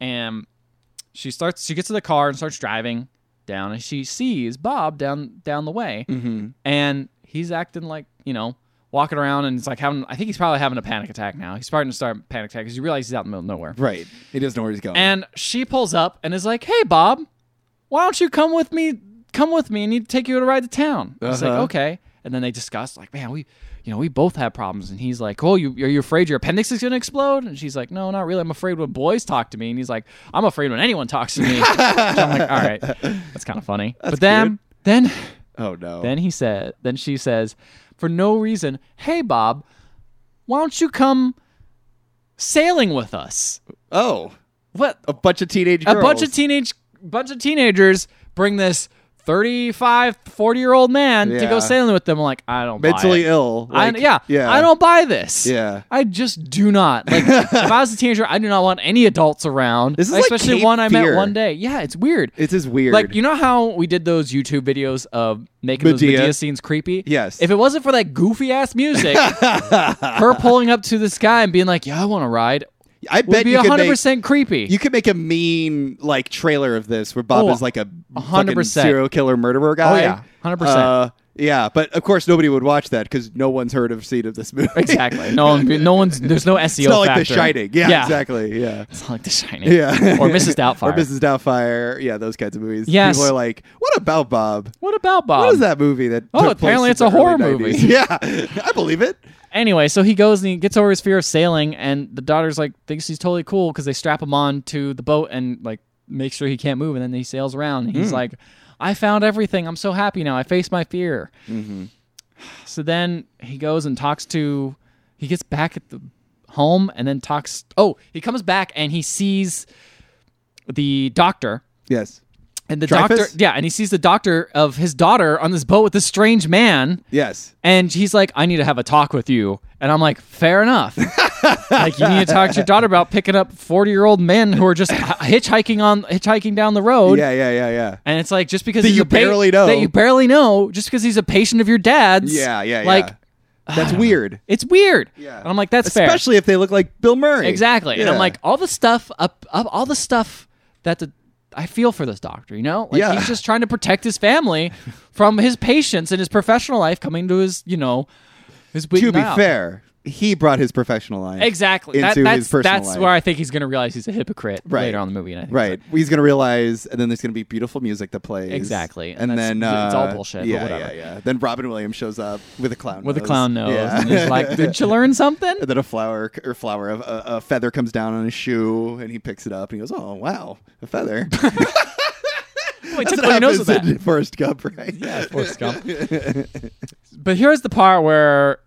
A: And she starts. She gets to the car and starts driving down, and she sees Bob down down the way and he's acting like you know walking around and it's like having i think he's probably having a panic attack now he's starting to start a panic attack because you realize he's out in the middle of nowhere
B: Right. He doesn't know where he's going.
A: and she pulls up and is like hey bob why don't you come with me come with me and need take you to ride to town It's like
B: Uh-huh.
A: okay and then they discuss like man we you know we both have problems and he's like oh you are you afraid your appendix is going to explode and she's like no not really i'm afraid when boys talk to me and he's like i'm afraid when anyone talks to me So i'm like all right that's kind of funny but then
B: cute.
A: then
B: oh no.
A: then he said, then she says, for no reason, "Hey Bob, why don't you come sailing with us?"
B: oh,
A: What
B: a bunch of teenage
A: a
B: girls.
A: bunch of teenage bunch of teenagers bring this 35, 40 year old man to
B: Yeah.
A: go sailing with them. I'm like, I don't buy
B: mentally
A: it.
B: ill.
A: I,
B: Like,
A: yeah,
B: Yeah.
A: I don't buy this.
B: Yeah.
A: I just do not. Like, if I was a teenager, I do not want any adults around.
B: This is like
A: especially
B: Cape
A: one I met
B: Fear.
A: one day. Yeah, it's weird.
B: It's just weird.
A: Like you know how we did those YouTube videos of making those
B: Medea.
A: Medea scenes creepy?
B: Yes.
A: If it wasn't for that goofy ass music, her pulling up to this guy and being like, "Yeah, I want to ride,"
B: I
A: would
B: bet
A: be
B: you could
A: hundred
B: make
A: percent creepy.
B: You could make a mean like trailer of this where Bob
A: Oh,
B: is like a
A: hundred
B: hundred
A: percent. Oh,
B: percent serial killer murderer guy.
A: yeah. 100%.
B: Uh, yeah, but of course nobody would watch that because no one's heard of seen of this movie.
A: exactly. No one. No one's. There's no SEO.
B: it's not like
A: factor.
B: The Shining. Yeah,
A: Yeah.
B: exactly. Yeah.
A: It's not like The Shining.
B: Yeah.
A: Or Mrs. Doubtfire.
B: Or Mrs. Doubtfire. Yeah, those kinds of movies.
A: Yes.
B: People are like, what about Bob?
A: What about Bob?
B: What is that movie that?
A: Oh,
B: took place
A: apparently
B: in
A: it's
B: the
A: a
B: early
A: horror
B: 90s?
A: movie.
B: Yeah, I believe it.
A: Anyway, so he goes and he gets over his fear of sailing, and the daughter's like thinks he's totally cool because they strap him on to the boat and like make sure he can't move, and then he sails around. And he's
B: Hmm.
A: like, "I found everything. I'm so happy now. I face my fear."
B: Mm-hmm.
A: So then he goes and talks to, he gets back at the home and then talks. Oh, he comes back and he sees the doctor
B: Yes.
A: And the
B: Dreyfus?
A: doctor, yeah, and he sees the doctor of his daughter on this boat with this strange man.
B: Yes.
A: And he's like, I need to have a talk with you. And I'm like, fair enough. like, you need to talk to your daughter about picking up 40 year old men who are just h- hitchhiking on hitchhiking down the road.
B: Yeah, yeah, yeah, yeah.
A: And it's like, just because
B: That
A: he's
B: you
A: a pa-
B: barely know.
A: That you barely know, just because he's a patient of your dad's.
B: Yeah, yeah,
A: Like,
B: yeah. That's weird.
A: it's weird.
B: Yeah.
A: And I'm like, that's fair.
B: Especially if they look like Bill Murray.
A: Exactly. And
B: Yeah.
A: I'm like, all the stuff up, up all the stuff that the, I feel for this doctor, you know? Like
B: Yeah.
A: he's just trying to protect his family from his patients and his professional life coming to his, you know, his
B: to
A: beaten
B: be
A: out.
B: fair, he brought his professional life
A: Exactly. That-
B: into
A: that's
B: his personal
A: that's
B: life.
A: where I think he's going to realize he's a hypocrite
B: Right.
A: later on in the movie. And I think
B: Right. He's gonna realize, and then there's gonna be beautiful music that plays.
A: Exactly.
B: And,
A: And that's-
B: then uh,
A: it's all bullshit, but
B: Yeah,
A: whatever.
B: yeah, yeah. Then Robin Williams shows up with a clown.
A: With a
B: nose.
A: clown nose.
B: Yeah.
A: And he's like, did you learn something?
B: And then a flower or flower of a, a feather comes down on his shoe, and he picks it up, and he goes, "Oh wow, a feather."
A: Wait,
B: That's
A: took all your nose
B: happens
A: with that.
B: in Forrest Gump, right?
A: Yeah, Forrest Gump. but here's the part where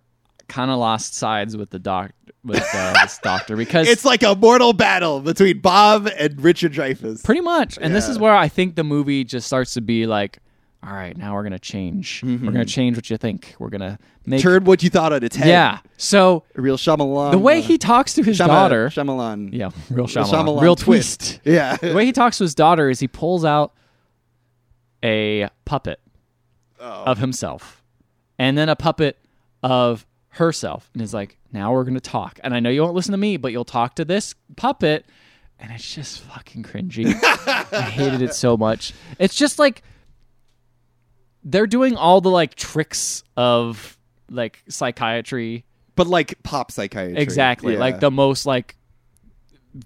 A: kind of lost sides with the doc with uh, this doctor because
B: It's like a mortal battle between Bob and Richard Dreyfuss.
A: Pretty much. And this
B: Yeah.
A: is where I think the movie just starts to be like, all right, now we're going to change. We're going to change what you think. We're going to make.
B: Turn what you thought on its head.
A: yeah. So
B: A real Shyamalan.
A: the way
B: uh,
A: he talks to his
B: Shyama-
A: daughter.
B: Shyamalan.
A: yeah, real
B: A
A: Shyamalan. real twist.
B: Yeah.
A: the way he talks to his daughter is he pulls out a puppet
B: Oh.
A: of himself and then a puppet of herself and is like, now we're going to talk. And I know you won't listen to me, but you'll talk to this puppet. And it's just fucking cringy. I hated it so much. It's just like they're doing all the like tricks of like psychiatry.
B: but like pop psychiatry.
A: Exactly.
B: Yeah.
A: Like the most like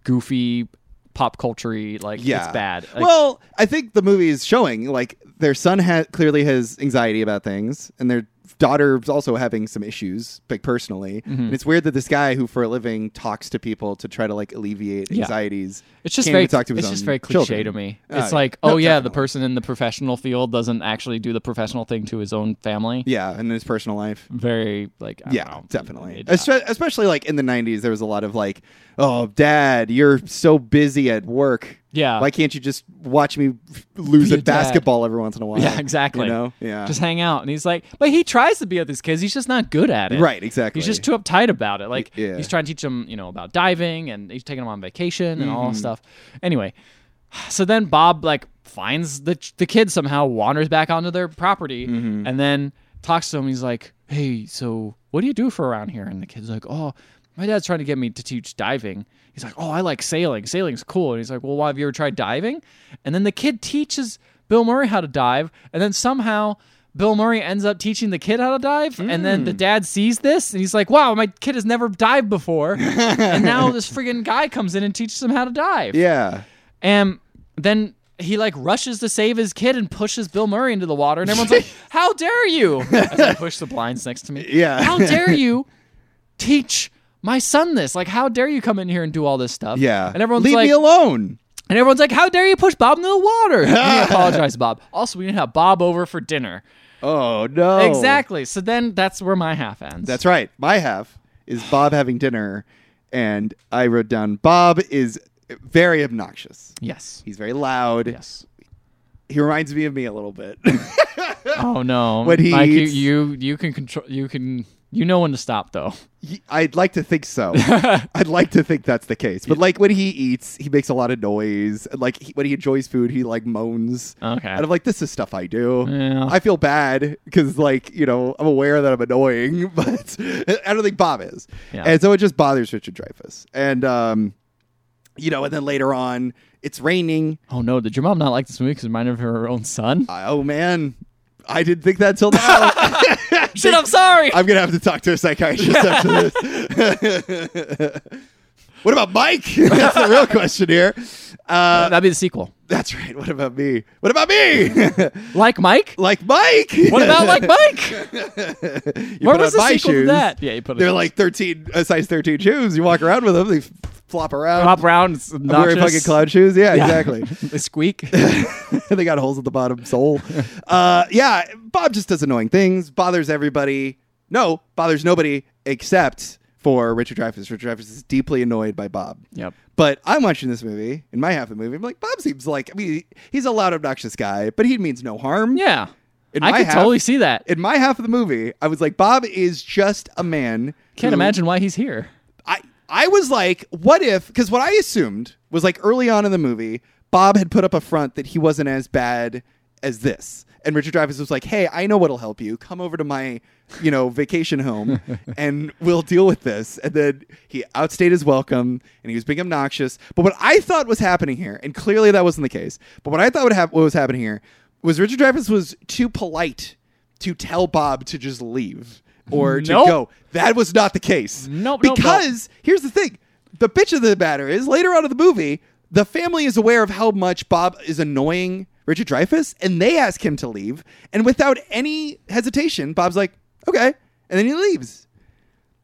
A: goofy pop culture like
B: yeah.
A: it's bad. Like,
B: well, I think the movie is showing like their son ha- clearly has anxiety about things, and their daughter's also having some issues, like personally.
A: Mm-hmm.
B: And it's weird that this guy who, for a living, talks to people to try to like alleviate
A: Yeah.
B: anxieties.
A: It's just
B: can't
A: very
B: even talk to his
A: it's just
B: own
A: very cliche
B: children.
A: to me.
B: Uh,
A: it's like,
B: no,
A: oh yeah, the
B: definitely.
A: person in the professional field doesn't actually do the professional thing to his own family.
B: Yeah, and in his personal life.
A: Very like, I
B: yeah,
A: don't know.
B: definitely.
A: It-
B: Espe- especially like in the '90s, there was a lot of like, "Oh, Dad, you're so busy at work.
A: Yeah.
B: why can't you just watch me f- lose
A: Be
B: at
A: a dad."
B: basketball every once in a while?
A: yeah, exactly.
B: You know, yeah,
A: Just hang out, and he's like, but he tries to be with his kids. He's just not good at it.
B: right, exactly.
A: He's just too uptight about it. Like
B: Y- yeah.
A: he's trying to teach them, you know, about diving and he's taking them on vacation and
B: Mm-hmm.
A: all this stuff. Anyway, so then Bob like finds the the kid somehow wanders back onto their property and then talks to him. He's like, "Hey, so what do you do for around here?" And the kid's like, "Oh, my dad's trying to get me to teach diving." He's like, "Oh, I like sailing. Sailing's cool." And he's like, "Well, why have you ever tried diving?" And then the kid teaches Bill Murray how to dive, and then somehow. Bill Murray ends up teaching the kid how to dive, and then the dad sees this, and he's like, "Wow, my kid has never dived before," and now this friggin' guy comes in and teaches him how to dive.
B: yeah,
A: And then he like rushes to save his kid and pushes Bill Murray into the water, and everyone's like, "How dare you!" As I push the blinds next to me.
B: Yeah.
A: How dare you teach my son this? Like, how dare you come in here and do all this stuff?
B: yeah.
A: And everyone's
B: leave
A: like,
B: me alone.
A: and everyone's like, "How dare you push Bob into the water?" And he apologized, to Bob. Also, we didn't have Bob over for dinner.
B: Oh no,
A: Exactly. So then that's where my half ends.
B: That's right. My half is Bob having dinner, and I wrote down Bob is very obnoxious.
A: yes.
B: He's very loud.
A: Yes.
B: He reminds me of me a little bit.
A: Oh no.
B: When he
A: Mike, you,
B: eats-
A: you you can control. You can. You know when to stop though.
B: Ye- I'd like to think so. I'd like to think that's the case. But like when he eats, he makes a lot of noise. And like he, when he enjoys food, he like moans.
A: Okay.
B: And I'm like, this is stuff I do.
A: Uh, Yeah.
B: I feel bad because like you know I'm aware that I'm annoying, but I don't think Bob is.
A: Yeah.
B: And so it just bothers Richard Dreyfuss. And um, you know, and then later on, it's raining.
A: Oh no, did your mom not like this movie because it reminded her of her own son?
B: I, oh man, I didn't think that till now.
A: Shit, I'm sorry.
B: I'm gonna have to talk to a psychiatrist after this. what about Mike? That's the real question here. Uh,
A: That'd be the sequel.
B: that's right. What about me? What about me?
A: Like Mike?
B: like Mike?
A: What about like Mike?
B: you
A: Where
B: put
A: was the
B: on my
A: sequel
B: shoes,
A: to that? Yeah, you put it.
B: They're like 13, uh, size 13 shoes. You walk around with them. They f- flop around.
A: pop round. It's
B: I'm wearing
A: obnoxious.
B: fucking cloud shoes. Yeah, exactly.
A: they squeak.
B: they got holes at the bottom sole. Uh, yeah, Bob just does annoying things, bothers everybody. No, bothers nobody except for Richard Dreyfuss. Richard Dreyfuss is deeply annoyed by Bob.
A: Yep.
B: But I'm watching this movie in my half of the movie. I'm like, Bob seems like I mean, he's a loud, obnoxious guy, but he means no harm.
A: Yeah.
B: In
A: I
B: my
A: could
B: half-
A: totally see that.
B: In my half of the movie, I was like, Bob is just a man.
A: Can't
B: who-
A: imagine why he's here.
B: I I was like, what if? Because what I assumed was like early on in the movie, Bob had put up a front that he wasn't as bad as this, and Richard Dreyfuss was like, hey, I know what'll help you. Come over to my, you know, vacation home, and we'll deal with this. And then he outstayed his welcome, and he was being obnoxious. But what I thought was happening here, and clearly that wasn't the case. But what I thought would hap- what was happening here was Richard Dreyfuss was too polite to tell Bob to just leave or to
A: Nope.
B: go. That was not the case.
A: Nope, nope,
B: because because here's the thing the bitch of the matter is later on in the movie the family is aware of how much bob is annoying richard dreyfuss and they ask him to leave and without any hesitation bob's like okay and then he leaves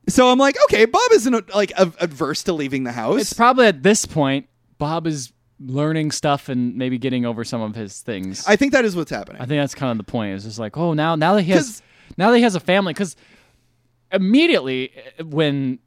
B: so i'm like okay bob isn't like a- adverse to leaving the house
A: It's probably at this point Bob is learning stuff and maybe getting over some of his things.
B: i think that is what's happening
A: I think that's kind of the point. It's just like, oh, now now that he has
B: 'Cause-
A: now that he has a family, because immediately eh, when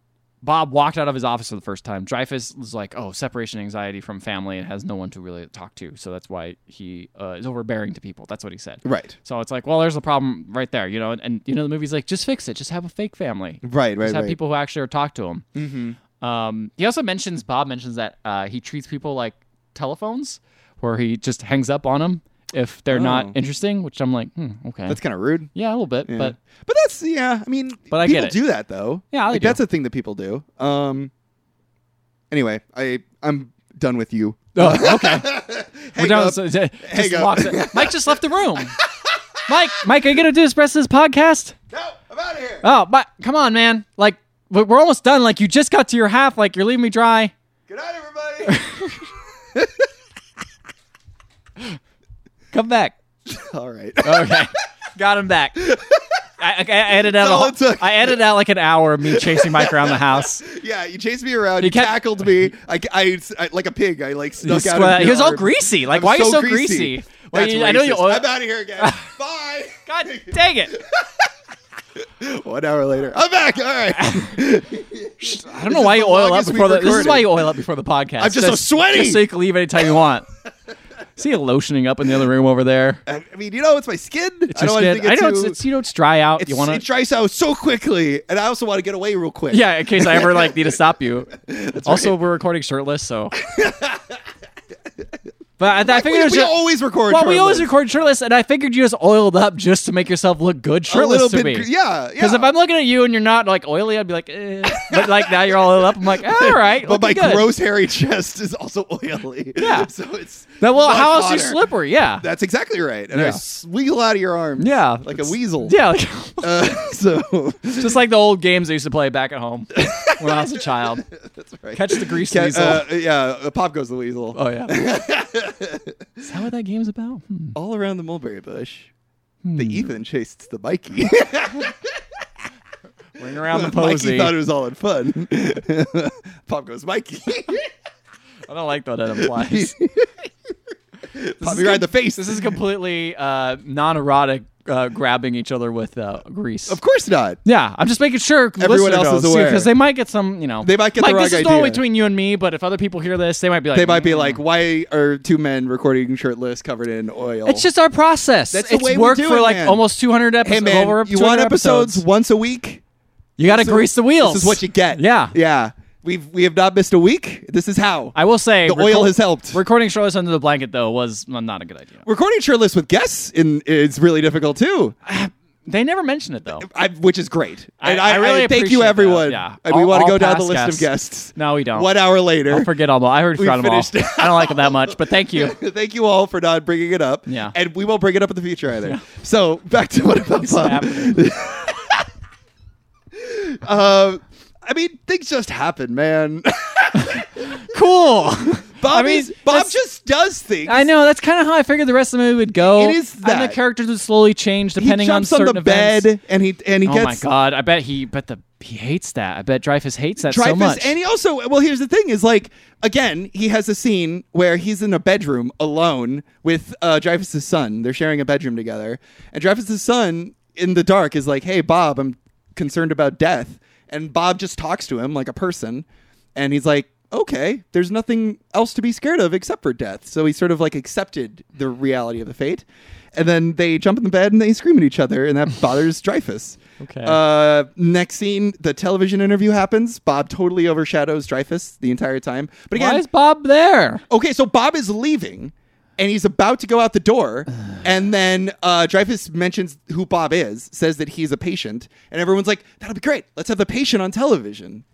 A: Bob walked out of his office for the first time, Dreyfus was like, oh, separation anxiety from family and has no one to really talk to, so that's why he uh, is overbearing to people. That's what he said.
B: right
A: So it's like, well, there's a problem right there, you know. And, and you know, the movie's like, just fix it. Just have a fake family.
B: right right
A: Just have
B: right
A: people who actually talk to him. Mm-hmm. Um, he also mentions Bob mentions that uh, he treats people like telephones, where he just hangs up on them if they're
B: Oh.
A: not interesting. Which I'm like, hmm, okay,
B: that's kind of rude
A: yeah, a little bit,
B: Yeah.
A: but
B: but that's yeah. I mean,
A: But I
B: people
A: get it.
B: do that though.
A: Yeah, they
B: like,
A: do.
B: that's a thing that people do. Um. Anyway, I I'm done with you.
A: oh, okay.
B: Hang
A: We're down,
B: up.
A: so- just
B: Hang up.
A: walks in. Mike just left the room. Mike, Mike, are you gonna do Espresso this podcast?
B: No, I'm out of here.
A: Oh, but come on, man. Like we're we're almost done. Like you just got to your half. Like you're leaving me dry.
B: Good night, everybody.
A: Come back.
B: All right.
A: Okay. Got him back. I, I, I edited out.
B: That's
A: a
B: all
A: whole-
B: it took.
A: I edited out like an hour of me chasing Mike around the house.
B: yeah, you chased me around. You,
A: You kept-
B: tackled me. I, I, I- like a pig. I like
A: He,
B: snuck out.
A: squat-
B: of your
A: he was all
B: arm.
A: greasy. Like,
B: I'm
A: why are you so greasy? Why
B: That's
A: you- I know you.
B: racist.
A: Oil-
B: I'm out of here again. Bye.
A: God dang it!
B: One hour later, I'm back. All right.
A: I don't know why you oil up
B: longest
A: before the.
B: we've
A: This is
B: recorded.
A: why you oil up before the podcast.
B: I'm just so sweaty.
A: Just so you can leave anytime you want. See you lotioning up in the other room over there.
B: I mean, you know, it's my skin. I don't
A: Just
B: want to
A: get-
B: think
A: I
B: it's
A: know it's, it's you know it's dry out.
B: It's,
A: you want
B: it
A: to.
B: dries out so quickly, and I also want to get away real quick.
A: Yeah, in case I ever like need to stop you. also, we're recording shirtless, so. But I, I figured
B: we,
A: it was
B: we
A: just,
B: always record.
A: Well,
B: to
A: we
B: our
A: always
B: list.
A: record shirtless, and I figured you just oiled up just to make yourself look good
B: a
A: shirtless
B: little
A: to
B: bit.
A: me.
B: gr- Yeah,
A: Because if I'm looking at you and you're not like oily, I'd be like, eh. but like now you're all oiled up. I'm like, all right,
B: but my
A: looking good.
B: gross hairy chest is also oily.
A: Yeah.
B: so it's
A: Now, well,
B: much
A: how else you
B: hotter.
A: slippery? Yeah,
B: That's exactly right. And I
A: Yeah.
B: squeal out of your arms.
A: yeah,
B: like a
A: It's-
B: weasel.
A: Yeah, like,
B: Uh, so
A: just like the old games I used to play back at home when I was a child.
B: that's right.
A: Catch the grease
B: Ca-
A: weasel.
B: uh, yeah, uh, pop goes the weasel.
A: oh yeah, is that what that game's about? Hmm.
B: All around the mulberry bush, the Ethan chased the Mikey.
A: Ring around the
B: Mikey
A: posy.
B: thought it was all in fun. pop goes Mikey.
A: I don't like what that implies.
B: pop me right in the face.
A: This is completely uh, non-erotic, uh, grabbing each other with uh, grease.
B: of course not.
A: Yeah, I'm just making sure
B: Everyone
A: listener
B: else is
A: knows,
B: aware.
A: because they might get some, you know,
B: They might get the
A: Mike,
B: wrong
A: this is
B: idea.
A: all between you and me, but if other people hear this, they might be like,
B: They might be
A: "Mm."
B: like, why are two men recording shirtless covered in oil?
A: it's just our process.
B: That's the
A: it's
B: way we
A: worked
B: do
A: for
B: it,
A: like
B: man.
A: almost 200
B: hey
A: episodes.
B: man,
A: over
B: you want
A: 200
B: episodes, once a week?
A: You got to
B: So
A: grease the wheels.
B: This is what you get.
A: Yeah.
B: yeah. We've we have not missed a week. This is how
A: I will say
B: the
A: reco-
B: oil has helped.
A: Recording Charlotte's under the blanket though was well, not a good idea.
B: Recording shirtless with guests in is really difficult too,
A: They never mentioned it though.
B: I, which is great.
A: I-
B: And
A: I really
B: thank
A: appreciate
B: you,
A: that.
B: everyone.
A: Yeah.
B: And we
A: All-
B: want to
A: all
B: go down the
A: past
B: list of guests.
A: guests. No, we don't.
B: One hour later.
A: I'll forget all. the- I already
B: We
A: forgot them all.
B: finished it.
A: I don't like them that much, but thank you.
B: Thank you all for not bringing it up.
A: Yeah.
B: And we won't bring it up in the future either. So back to what about Bob.
A: happening.
B: Um, I mean, things just happen, man.
A: Cool.
B: Bob,
A: I mean,
B: is- Bob
A: that's-
B: just does things.
A: I know that's kind of how I figured the rest of the movie would go.
B: It is
A: and
B: that.
A: the characters would slowly change
B: He
A: depending
B: jumps
A: on
B: on,
A: certain
B: the
A: events.
B: bed and he and he
A: oh
B: gets
A: my god! I bet he, but the he hates that. I bet Dreyfus hates that so
B: Dreyfus,
A: much.
B: and he also well. Here's the thing: is like again, he has a scene where he's in a bedroom alone with uh, Dreyfus's son. They're sharing a bedroom together, and Dreyfus's son in the dark is like, "Hey, Bob, I'm concerned about death." and Bob just talks to him like a person, and he's like, "Okay, there's nothing else to be scared of except for death." So he sort of like accepted the reality of the fate, and then they jump in the bed and they scream at each other, and that bothers Dreyfus.
A: Okay.
B: Uh, next scene, the television interview happens. Bob totally overshadows Dreyfus the entire time. But again,
A: Why is Bob there?
B: Okay, so Bob is leaving and he's about to go out the door. And then uh, Dreyfus mentions who Bob is, says that he's a patient. And everyone's like, that'll be great. Let's have the patient on television.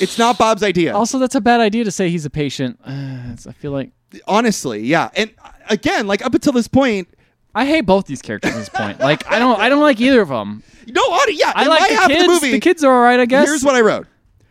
B: It's not Bob's idea.
A: Also, that's a bad idea to say he's a patient. Uh, it's- I feel like
B: Honestly, yeah. And uh, again, like up until this point,
A: I hate both these characters at this point. Like I don't, I don't like either of them.
B: no, hon- yeah.
A: I
B: in
A: like
B: my half
A: the
B: of
A: kids.
B: the movie,
A: kids are all right, I guess.
B: Here's what I wrote.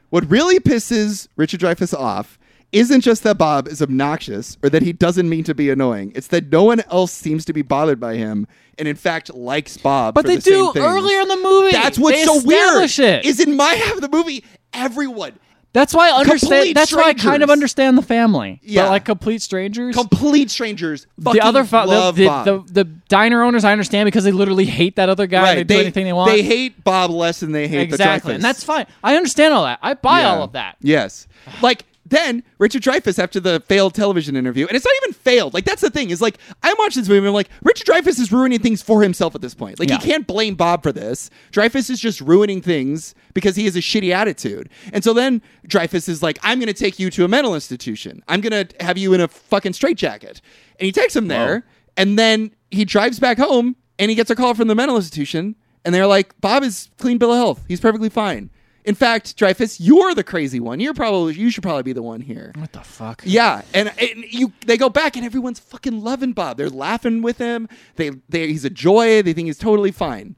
B: What really pisses Richard Dreyfuss off isn't just that Bob is obnoxious or that he doesn't mean to be annoying. It's that no one else seems to be bothered by him and in fact likes Bob.
A: but
B: for
A: they
B: the
A: do
B: same things.
A: earlier in the movie.
B: That's what's
A: They
B: so weird.
A: establish It.
B: Is in my half of the movie, everyone,
A: That's why I understand.
B: Complete
A: That's why I kind of
B: strangers.
A: understand the family.
B: Yeah.
A: but like complete strangers.
B: complete strangers, fucking
A: the other fa-
B: love
A: the,
B: Bob.
A: the, the the diner owners, I understand because they literally hate that other guy.
B: right.
A: and they, do anything they want.
B: They hate Bob less than they hate
A: exactly,
B: the
A: and that's fine. I understand all that. I buy all
B: Yeah.
A: of that.
B: Yes. Like then Richard Dreyfuss after the failed television interview, and it's not even failed. Like that's the thing is like I watch this movie and I'm like Richard Dreyfuss is ruining things for himself at this point. Like
A: Yeah.
B: he can't blame Bob for this. Dreyfuss is just ruining things because he has a shitty attitude. And so then Dreyfuss is like, I'm going to take you to a mental institution. I'm going to have you in a fucking straitjacket. And he takes him there, and then he drives back home and he gets a call from the mental institution, and they're like, Bob is clean bill of health. He's perfectly fine. In fact, Dreyfus, you're the crazy one. You're probably you should probably be the one here.
A: What the fuck?
B: Yeah, and, and you they go back and everyone's fucking loving Bob. They're laughing with him. They they he's a joy. They think he's totally fine.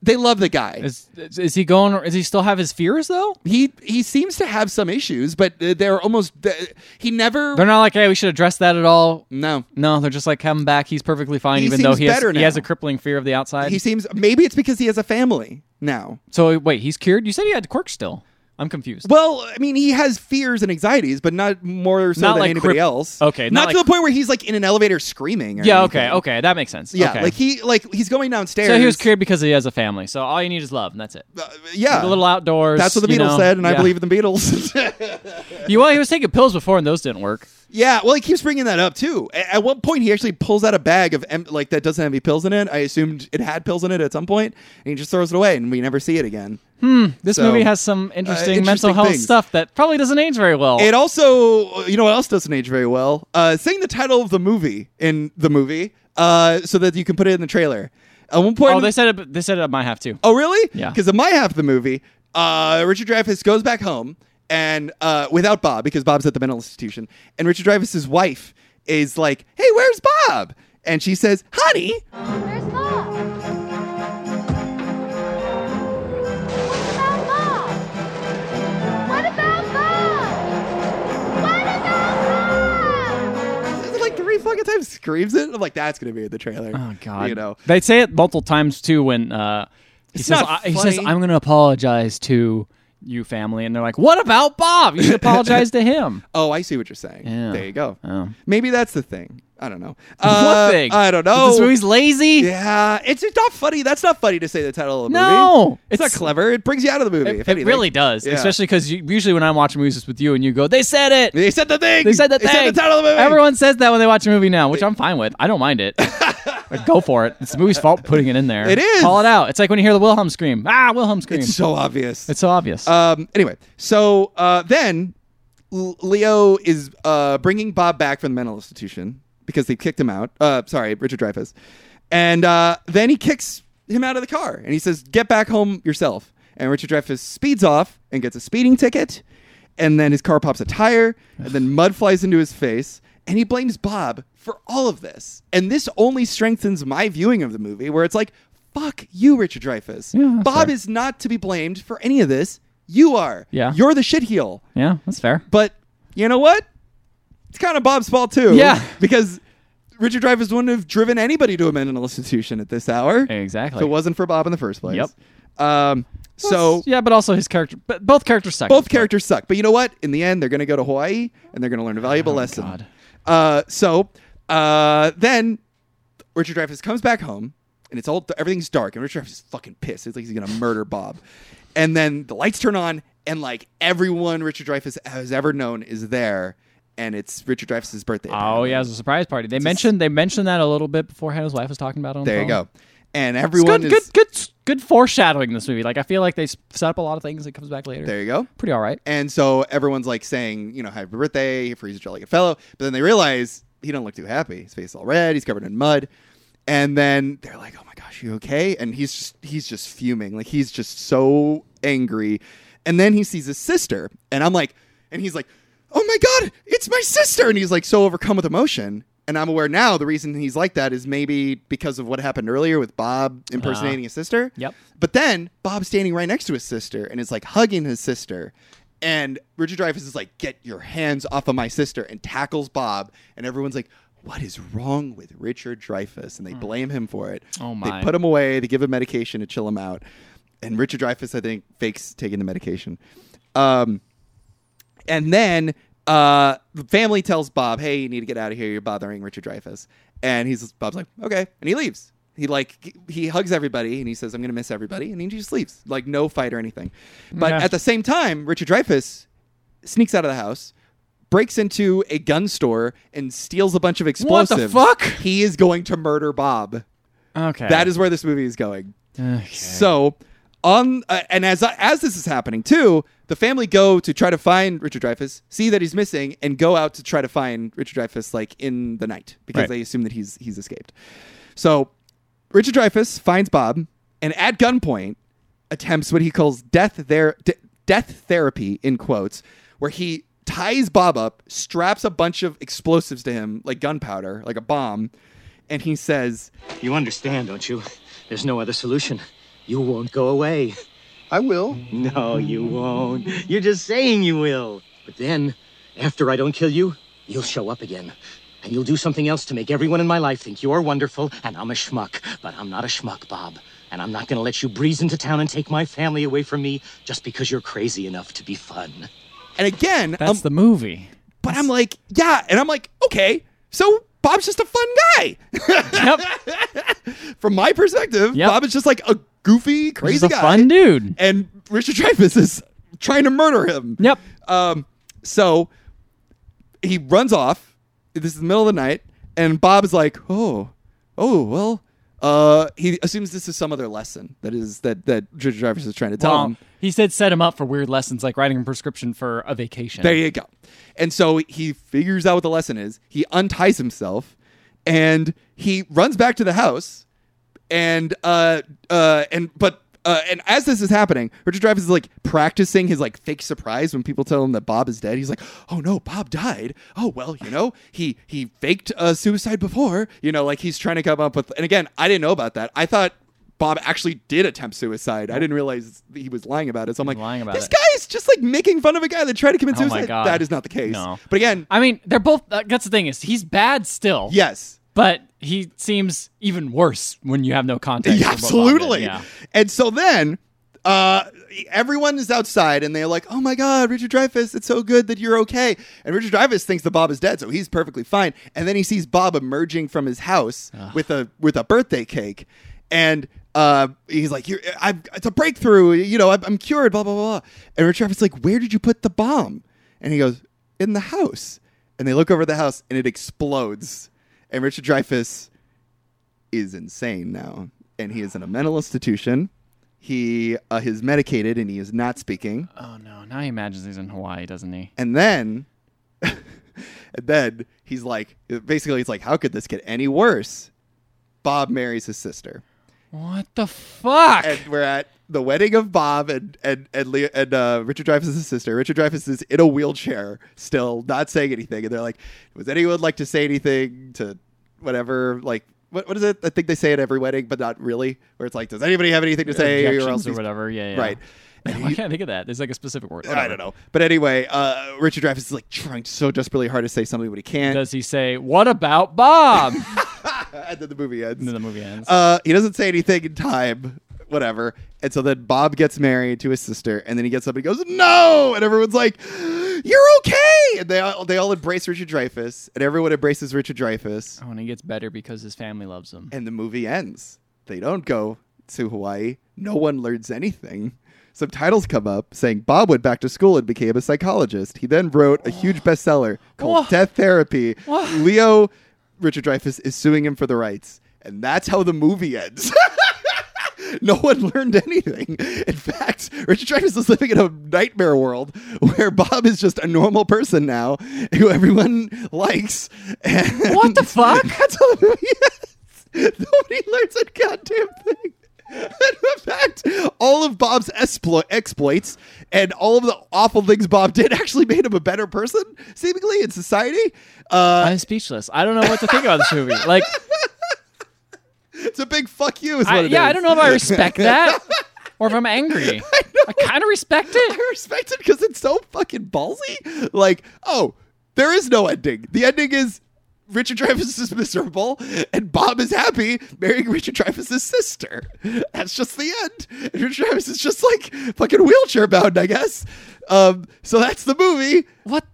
B: They love the guy.
A: Is, is is he going? Does he still have his fears though?
B: he he seems to have some issues, but uh, they're almost uh, he never
A: They're not like, hey, we should address that at all.
B: no.
A: No, they're just like, have him back. He's perfectly fine,
B: He
A: even though
B: seems
A: he has,
B: better
A: he has
B: now.
A: a crippling fear of the outside.
B: He seems maybe it's because he has a family now.
A: so wait, he's cured. You said he had quirks still. I'm confused.
B: Well, I mean, he has fears and anxieties, but not more so
A: Not
B: than
A: like
B: anybody
A: crip-
B: else.
A: Okay,
B: not,
A: not
B: to
A: like-
B: the point where he's like in an elevator screaming. Or
A: yeah.
B: anything.
A: Okay. Okay. That makes sense.
B: Yeah,
A: Okay.
B: like he like he's going downstairs.
A: so he was cured because he has a family. So all you need is love, and that's it.
B: Uh, yeah,
A: A little outdoors.
B: That's what the
A: you
B: Beatles
A: know,
B: said, and I
A: yeah.
B: believe in the Beatles.
A: You well, he was taking pills before, and those didn't work.
B: yeah, well, he keeps bringing that up too. A- At one point, he actually pulls out a bag of em- like that doesn't have any pills in it. I assumed it had pills in it at some point, and he just throws it away, and we never see it again.
A: Hmm, This
B: So, uh,
A: movie has some interesting,
B: interesting
A: mental health
B: things.
A: stuff that probably doesn't age very well.
B: It also, you know, what else doesn't age very well? Uh, saying the title of the movie in the movie, uh, so that you can put it in the trailer. At one point,
A: oh, they said it. They said it at my half too.
B: Oh, really?
A: Yeah.
B: Because in my half of the movie, uh, Richard Dreyfuss goes back home and uh, without Bob because Bob's at the mental institution, and Richard Dreyfuss's wife is like, "Hey, where's Bob?" And she says, "Honey."
D: Where's Bob? What about Bob? What about Bob? What about Bob?
B: Like three fucking times screams it. I'm like, that's gonna be in the trailer.
A: Oh God!
B: You know,
A: they say it multiple times too. When uh, he
B: It's
A: says,
B: not
A: I, "He says
B: funny.
A: I'm going to apologize to you, family," and they're like, "What about Bob? You should apologize to him."
B: Oh, I see what you're saying.
A: Yeah.
B: There you go.
A: Oh.
B: Maybe that's the thing. I don't
A: what
B: know. Uh,
A: thing?
B: I don't
A: That
B: know.
A: This movie's lazy.
B: yeah, it's it's not funny. That's not funny to say the title of the movie.
A: No,
B: it's, not
A: it's-
B: clever. It brings you out of the movie. if
A: It, it
B: anything.
A: really does,
B: Yeah.
A: especially because usually when I'm watching movies with you and you go, "They said it."
B: They said the thing.
A: They said the
B: they
A: thing.
B: said the title of the movie.
A: Everyone says that when they watch a movie now, which I'm fine with. I don't mind it. Like, go for it. It's the movie's fault putting it in there.
B: It is.
A: Call it out. It's like when you hear the Wilhelm scream. Ah, Wilhelm scream.
B: It's
A: It's,
B: so obvious.
A: so obvious.
B: um. Anyway, so uh, then L- Leo is uh bringing Bob back from the mental institution because they kicked him out. Uh, sorry, Richard Dreyfuss, and uh, then he kicks him out of the car and he says, "Get back home yourself." And Richard Dreyfuss speeds off and gets a speeding ticket, and then his car pops a tire, and then mud flies into his face. And he blames Bob for all of this. And this only strengthens my viewing of the movie, where it's like, fuck you, Richard Dreyfuss.
A: Yeah, that's
B: Bob
A: fair.
B: is not to be blamed for any of this. You are.
A: Yeah.
B: You're the shit heel.
A: yeah, that's fair.
B: But you know what? It's kind of Bob's fault too.
A: Yeah.
B: Because Richard Dreyfuss wouldn't have driven anybody to a mental institution at this hour.
A: Exactly.
B: If it wasn't for Bob in the first place.
A: Yep.
B: Um, so
A: yeah, but also his character. But both characters suck.
B: both characters suck. But you know what? In the end, they're going to go to Hawaii and they're going to learn a valuable lesson.
A: Oh, God.
B: Uh, so uh, then Richard Dreyfuss comes back home and it's all everything's dark and Richard Dreyfuss is fucking pissed. It's like he's going to murder Bob. and then the lights turn on, and like everyone Richard Dreyfuss has ever known is there, and it's Richard Dreyfuss's birthday.
A: Oh yeah, it was a surprise party. They mentioned they mentioned that a little bit beforehand. His wife was talking about it. On the
B: there you
A: phone.
B: go. And
A: It's
B: everyone
A: good,
B: is
A: good, good, good foreshadowing in this movie. Like I feel like they s- set up a lot of things that comes back later.
B: there. You go.
A: Pretty all right.
B: And so everyone's like saying, you know, happy birthday, for he's a jolly good fellow. But then they realize he don't look too happy. His face is all red, he's covered in mud. And then they're like, Oh my gosh, you okay? And he's just he's just fuming. Like he's just so angry. And then he sees his sister, and I'm like, and he's like, Oh my god, it's my sister. And he's like so overcome with emotion. And I'm aware now the reason he's like that is maybe because of what happened earlier with Bob impersonating his sister.
A: Yep.
B: But then Bob's standing right next to his sister and is like hugging his sister. And Richard Dreyfuss is like, get your hands off of my sister and tackles Bob. And everyone's like, what is wrong with Richard Dreyfuss? And they blame him for it.
A: Hmm. Oh,
B: They
A: my.
B: put him away. They give him medication to chill him out. And Richard Dreyfuss, I think, fakes taking the medication. Um, and then uh, the family tells Bob, "Hey, you need to get out of here. You're bothering Richard Dreyfuss." And he's Bob's like, "Okay," and he leaves. He like he hugs everybody and he says, "I'm gonna miss everybody," and he just leaves, like no fight or anything. But
A: Yeah.
B: at the same time, Richard Dreyfuss sneaks out of the house, breaks into a gun store, and steals a bunch of
A: What
B: explosives.
A: the fuck?
B: He is going to murder Bob.
A: Okay.
B: That is where this movie is going.
A: Okay.
B: So on uh, and as as this is happening too, the family go to try to find Richard Dreyfuss, see that he's missing, and go out to try to find Richard Dreyfuss like in the night because
A: Right.
B: they assume that he's he's escaped. So Richard Dreyfuss finds Bob and at gunpoint attempts what he calls death there de- death therapy in quotes, where he ties Bob up, straps a bunch of explosives to him like gunpowder, like a bomb, and he says.
E: You understand, don't you? There's no other solution. You won't go away.
C: I will.
E: No, you won't. You're just saying you will. But then, after I don't kill you, you'll show up again. And you'll do something else to make everyone in my life think you're wonderful and I'm a schmuck. But I'm not a schmuck, Bob. And I'm not going to let you breeze into town and take my family away from me just because you're crazy enough to be fun.
B: And again,
A: That's
B: um,
A: the movie.
B: But I'm like, yeah. And I'm like, okay, so Bob's just a fun guy.
A: Yep.
B: From my perspective,
A: Yep.
B: Bob is just like a goofy, crazy
A: He's a
B: guy.
A: fun dude.
B: And Richard Dreyfuss is trying to murder him.
A: Yep.
B: Um, so he runs off. This is the middle of the night. And Bob is like, oh, oh, well. Uh, he assumes this is some other lesson that is that that Richard Dreyfuss is trying to tell
A: Well,
B: him.
A: he said set him up for weird lessons like writing a prescription for a vacation.
B: There you go. And so he figures out what the lesson is. He unties himself and he runs back to the house. And uh uh and but uh, and as this is happening, Richard Dreyfuss is like practicing his like fake surprise when people tell him that Bob is dead. He's like, "Oh no, Bob died. Oh well, you know, he he faked uh, suicide before. You know, like he's trying to come up with." And again, I didn't know about that. I thought Bob actually did attempt suicide. I didn't realize that he was lying about it. So I'm like,
A: lying about
B: "This
A: it.
B: guy is just like making fun of a guy that tried to commit
A: Oh my
B: suicide."
A: God.
B: That is not the case.
A: No.
B: But again,
A: I mean, they're both. Uh, that's the thing is, he's bad still.
B: yes.
A: But he seems even worse when you have no context. for
B: Yeah,
A: what Bob did.
B: absolutely.
A: Yeah.
B: And so then uh, everyone is outside and they're like, oh my God, Richard Dreyfuss, it's so good that you're okay. And Richard Dreyfuss thinks that Bob is dead, so he's perfectly fine. And then he sees Bob emerging from his house with a with a birthday cake. And uh, he's like, you're, I've, it's a breakthrough. You know, I'm, I'm cured, blah, blah, blah. And Richard Dreyfuss is like, where did you put the bomb? And he goes, in the house. And they look over the house and it explodes. And Richard Dreyfuss is insane now, and he is in a mental institution. He uh, is medicated and he is not speaking.
A: Oh no! Now he imagines he's in Hawaii, doesn't he?
B: And then, and then he's like, basically, he's like, how could this get any worse? Bob marries his sister,
A: What the fuck?
B: and we're at the wedding of Bob and and and, Leo, and uh, Richard Dreyfuss's sister. Richard Dreyfuss is in a wheelchair, still not saying anything, and they're like, "Was anyone like to say anything to whatever like?" What, what is it? I think they say at every wedding, but not really. Where it's like, does anybody have anything to say?
A: Objections
B: else
A: or
B: these-
A: whatever. Yeah, yeah.
B: Right.
A: Why can't I think of that? There's like a specific word.
B: I
A: Whatever.
B: don't know. But anyway, uh, Richard Dreyfuss is like trying so desperately hard to say something, but he can't. Uh,
A: Does he say what about Bob? and
B: and then the movie ends.
A: then the movie ends.
B: Uh, he doesn't say anything in time, whatever. And so then Bob gets married to his sister, and then he gets up and he goes, "No!" And everyone's like, "You're okay!" And they all, they all embrace Richard Dreyfuss, and everyone embraces Richard Dreyfuss,
A: oh, and he gets better because his family loves him.
B: and the movie ends. They don't go to Hawaii. No one learns anything. Subtitles come up saying Bob went back to school and became a psychologist. He then wrote a huge bestseller called
A: Whoa.
B: Death Therapy.
A: Whoa.
B: Leo Richard Dreyfuss is suing him for the rights, and that's how the movie ends. no one learned anything. In fact, Richard Dreyfuss is living in a nightmare world where Bob is just a normal person now who everyone likes. And
A: What the fuck?
B: That's all the movie is. Nobody learns a goddamn thing. And in fact, all of Bob's explo- exploits and all of the awful things Bob did actually made him a better person, seemingly in society. Uh,
A: I'm speechless. I don't know what to think about this movie. Like,
B: it's a big fuck you, is what
A: I,
B: it
A: yeah, I
B: is.
A: don't know if I respect that or if I'm angry. I, kind of respect it.
B: I respect it because it's so fucking ballsy. Like, oh, there is no ending. The ending is Richard Dreyfuss is miserable and Bob is happy marrying Richard Dreyfuss's sister. That's just the end. And Richard Dreyfuss is just like fucking wheelchair bound, I guess. Um, so that's the movie.
A: What?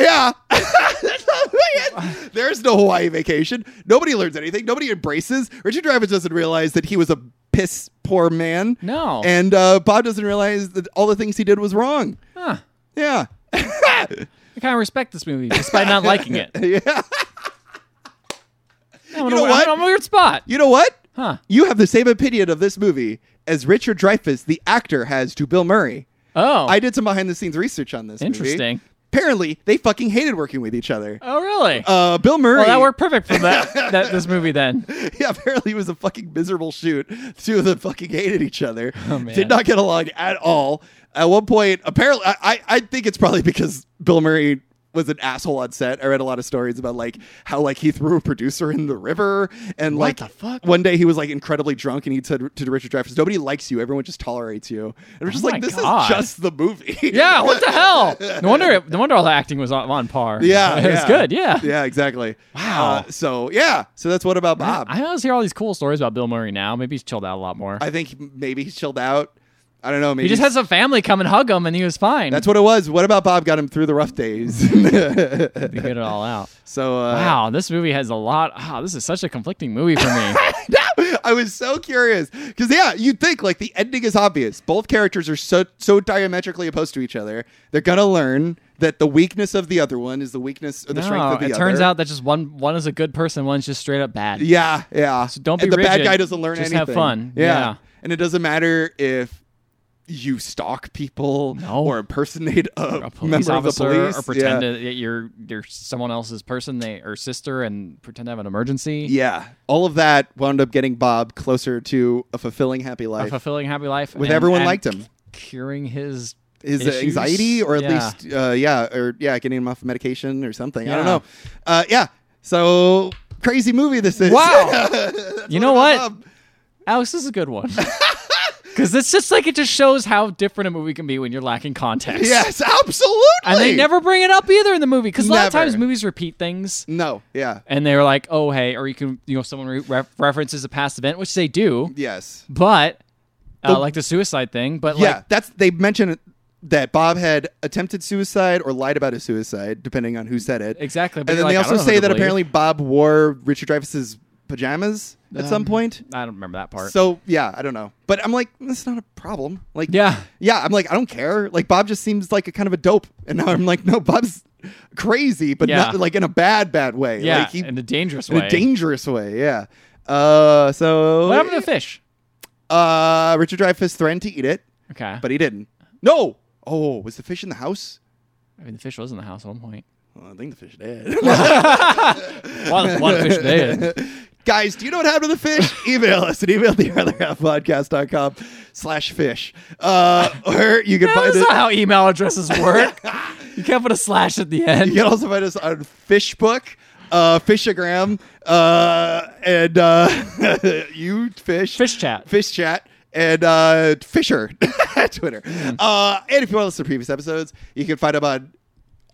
B: Yeah. That's not the end. There's no Hawaii vacation. Nobody learns anything. Nobody embraces. Richard Dreyfuss doesn't realize that he was a piss poor man.
A: No.
B: And uh, Bob doesn't realize that all the things he did was wrong.
A: Huh.
B: Yeah.
A: I kind of respect this movie despite not liking it.
B: yeah.
A: I'm in
B: You
A: a-
B: know
A: I'm
B: what?
A: in a weird spot.
B: You know what?
A: Huh.
B: You have the same opinion of this movie as Richard Dreyfuss, the actor, has to Bill Murray.
A: Oh.
B: I did some behind the scenes research on this. movie.
A: Interesting.
B: Apparently, they fucking hated working with each other.
A: oh, really?
B: Uh, Bill Murray.
A: well, that worked perfect for that, that this movie then.
B: yeah, apparently it was a fucking miserable shoot. Two of them fucking hated each other.
A: Oh, man.
B: Did not get along at all. At one point, apparently, I, I, I think it's probably because Bill Murray was an asshole on set. I read a lot of stories about like how like he threw a producer in the river and like
A: the fuck?
B: one day he was like incredibly drunk and he said to Richard Dreyfuss, "Nobody likes you. Everyone just tolerates you." And we're just
A: Oh my
B: like, this
A: God.
B: is just the movie.
A: Yeah, what the hell? No wonder no wonder all the acting was on, on par.
B: Yeah,
A: It was
B: yeah.
A: good, yeah.
B: yeah, exactly.
A: Wow.
B: Uh, so yeah, so that's what about
A: I,
B: Bob?
A: I always hear all these cool stories about Bill Murray now. Maybe he's chilled out a lot more.
B: I think maybe he's chilled out. I don't know. Maybe
A: he just
B: he's-
A: had some family come and hug him, and he was fine.
B: That's what it was. What about Bob got him through the rough days?
A: to get it all out.
B: so uh,
A: Wow, this movie has a lot. Oh, this is such a conflicting movie for me.
B: I was so curious because yeah, you'd think like the ending is obvious. Both characters are so so diametrically opposed to each other. They're gonna learn that the weakness of the other one is the weakness or the strength
A: No,
B: of the
A: it
B: other.
A: turns out that just one one is a good person, one's just straight up bad.
B: Yeah, yeah.
A: So don't be
B: and the bad
A: rigid.
B: guy doesn't learn
A: Just
B: anything.
A: have fun. Yeah.
B: And it doesn't matter if you stalk people
A: No.
B: or impersonate a,
A: A police
B: member of the
A: officer
B: police
A: or pretend
B: yeah.
A: that you're you're someone else's person, they or sister, and pretend to have an emergency.
B: Yeah. All of that wound up getting Bob closer to a fulfilling happy
A: A
B: life.
A: fulfilling happy life
B: With
A: and-
B: everyone
A: and
B: liked him.
A: curing his
B: His uh,
A: issues.
B: anxiety, or at
A: Yeah.
B: least, uh, yeah, or yeah, getting him off medication or something. I don't
A: Yeah.
B: know. Uh, yeah. So crazy movie this is.
A: Wow. you know what,
B: Bob.
A: Alex? This is a good one. Because it's just like it just shows how different a movie can be when you're lacking context.
B: yes, absolutely.
A: and they never bring it up either in the movie. Because a lot of
B: Never.
A: times movies repeat things,
B: No. Yeah.
A: and they're like, "Oh, hey," or you can, you know, someone re- re- references a past event, which they do,
B: Yes.
A: but uh, like the suicide thing. But
B: yeah.
A: like,
B: That's they mentioned that Bob had attempted suicide or lied about his suicide, depending on who said it.
A: Exactly, but
B: And then
A: you're like,
B: they
A: I
B: also
A: don't know who
B: say
A: to
B: that
A: believe.
B: apparently Bob wore Richard Dreyfuss's pajamas at some point.
A: I don't remember that part.
B: So yeah, I don't know, but I'm like, that's not a problem. Like,
A: Yeah.
B: yeah, I'm like, I don't care. Like, Bob just seems like a kind of a dope, and now I'm like, no, Bob's crazy, but
A: Yeah.
B: not like in a bad, bad way.
A: yeah,
B: like, he,
A: in a dangerous
B: in
A: way.
B: a dangerous way. Yeah. Uh, so
A: what happened to the fish?
B: uh, Richard Dreyfuss threatened to eat it,
A: Okay,
B: but he didn't. No. Oh, was the fish in the house?
A: I mean, the fish was in the house at one point.
B: Well, I think the fish did.
A: A lot of, a lot of fish did.
B: Guys, do you know what happened to the fish? Email us at email the other half podcast.com slash fish. Uh, or you can find
A: That's
B: it.
A: not how email addresses work. you can't put a slash at the end.
B: You can also find us on Fishbook, uh, Fishagram, uh, and uh, you fish,
A: Fish chat.
B: fish chat, and uh, Fisher Twitter.
A: Mm.
B: Uh, and if you want to listen to previous episodes, you can find them on.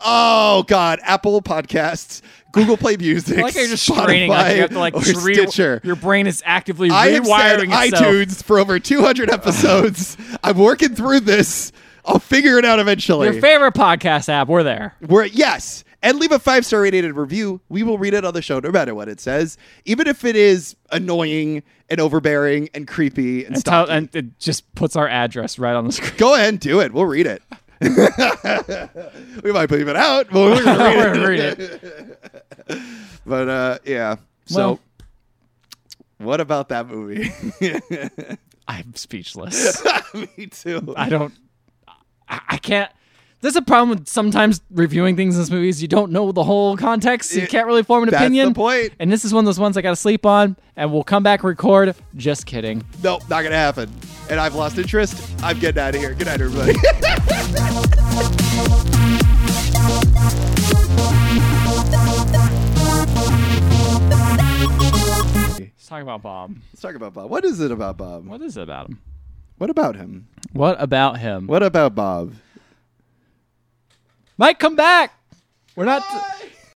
B: Oh God! Apple Podcasts, Google Play Music,
A: I like how you're just
B: Spotify,
A: straining. Like you have to like
B: or
A: re-
B: Stitcher.
A: Your brain is actively
B: I have said
A: rewiring itself.
B: iTunes for over 200 episodes. I'm working through this. I'll figure it out eventually.
A: Your favorite podcast app. We're there.
B: We're yes, and leave a five star rated review. We will read it on the show no matter what it says, even if it is annoying and overbearing and creepy and
A: That's
B: stuff.
A: how- and it just puts our address right on the screen.
B: Go ahead and do it. We'll read it. we might leave it out, but we're gonna read it.
A: We're gonna read it.
B: But uh, yeah. So,
A: Well-
B: what about that movie?
A: I'm speechless.
B: Me too.
A: I don't. I, I can't. There's a problem with sometimes reviewing things in this movies. You don't know the whole context. so you
B: It-
A: can't really form an
B: that's the
A: opinion.
B: point.
A: And this is one of those ones I got to sleep on, and we'll come back record. Just kidding.
B: Nope, not gonna happen. And I've lost interest. I'm getting out of here. Good night, everybody.
A: Let's talk about Bob.
B: Let's talk about Bob. What is it about Bob? What,
A: What is it about him?
B: about him?
A: What about him?
B: What about Bob?
A: Mike, come back. We're not.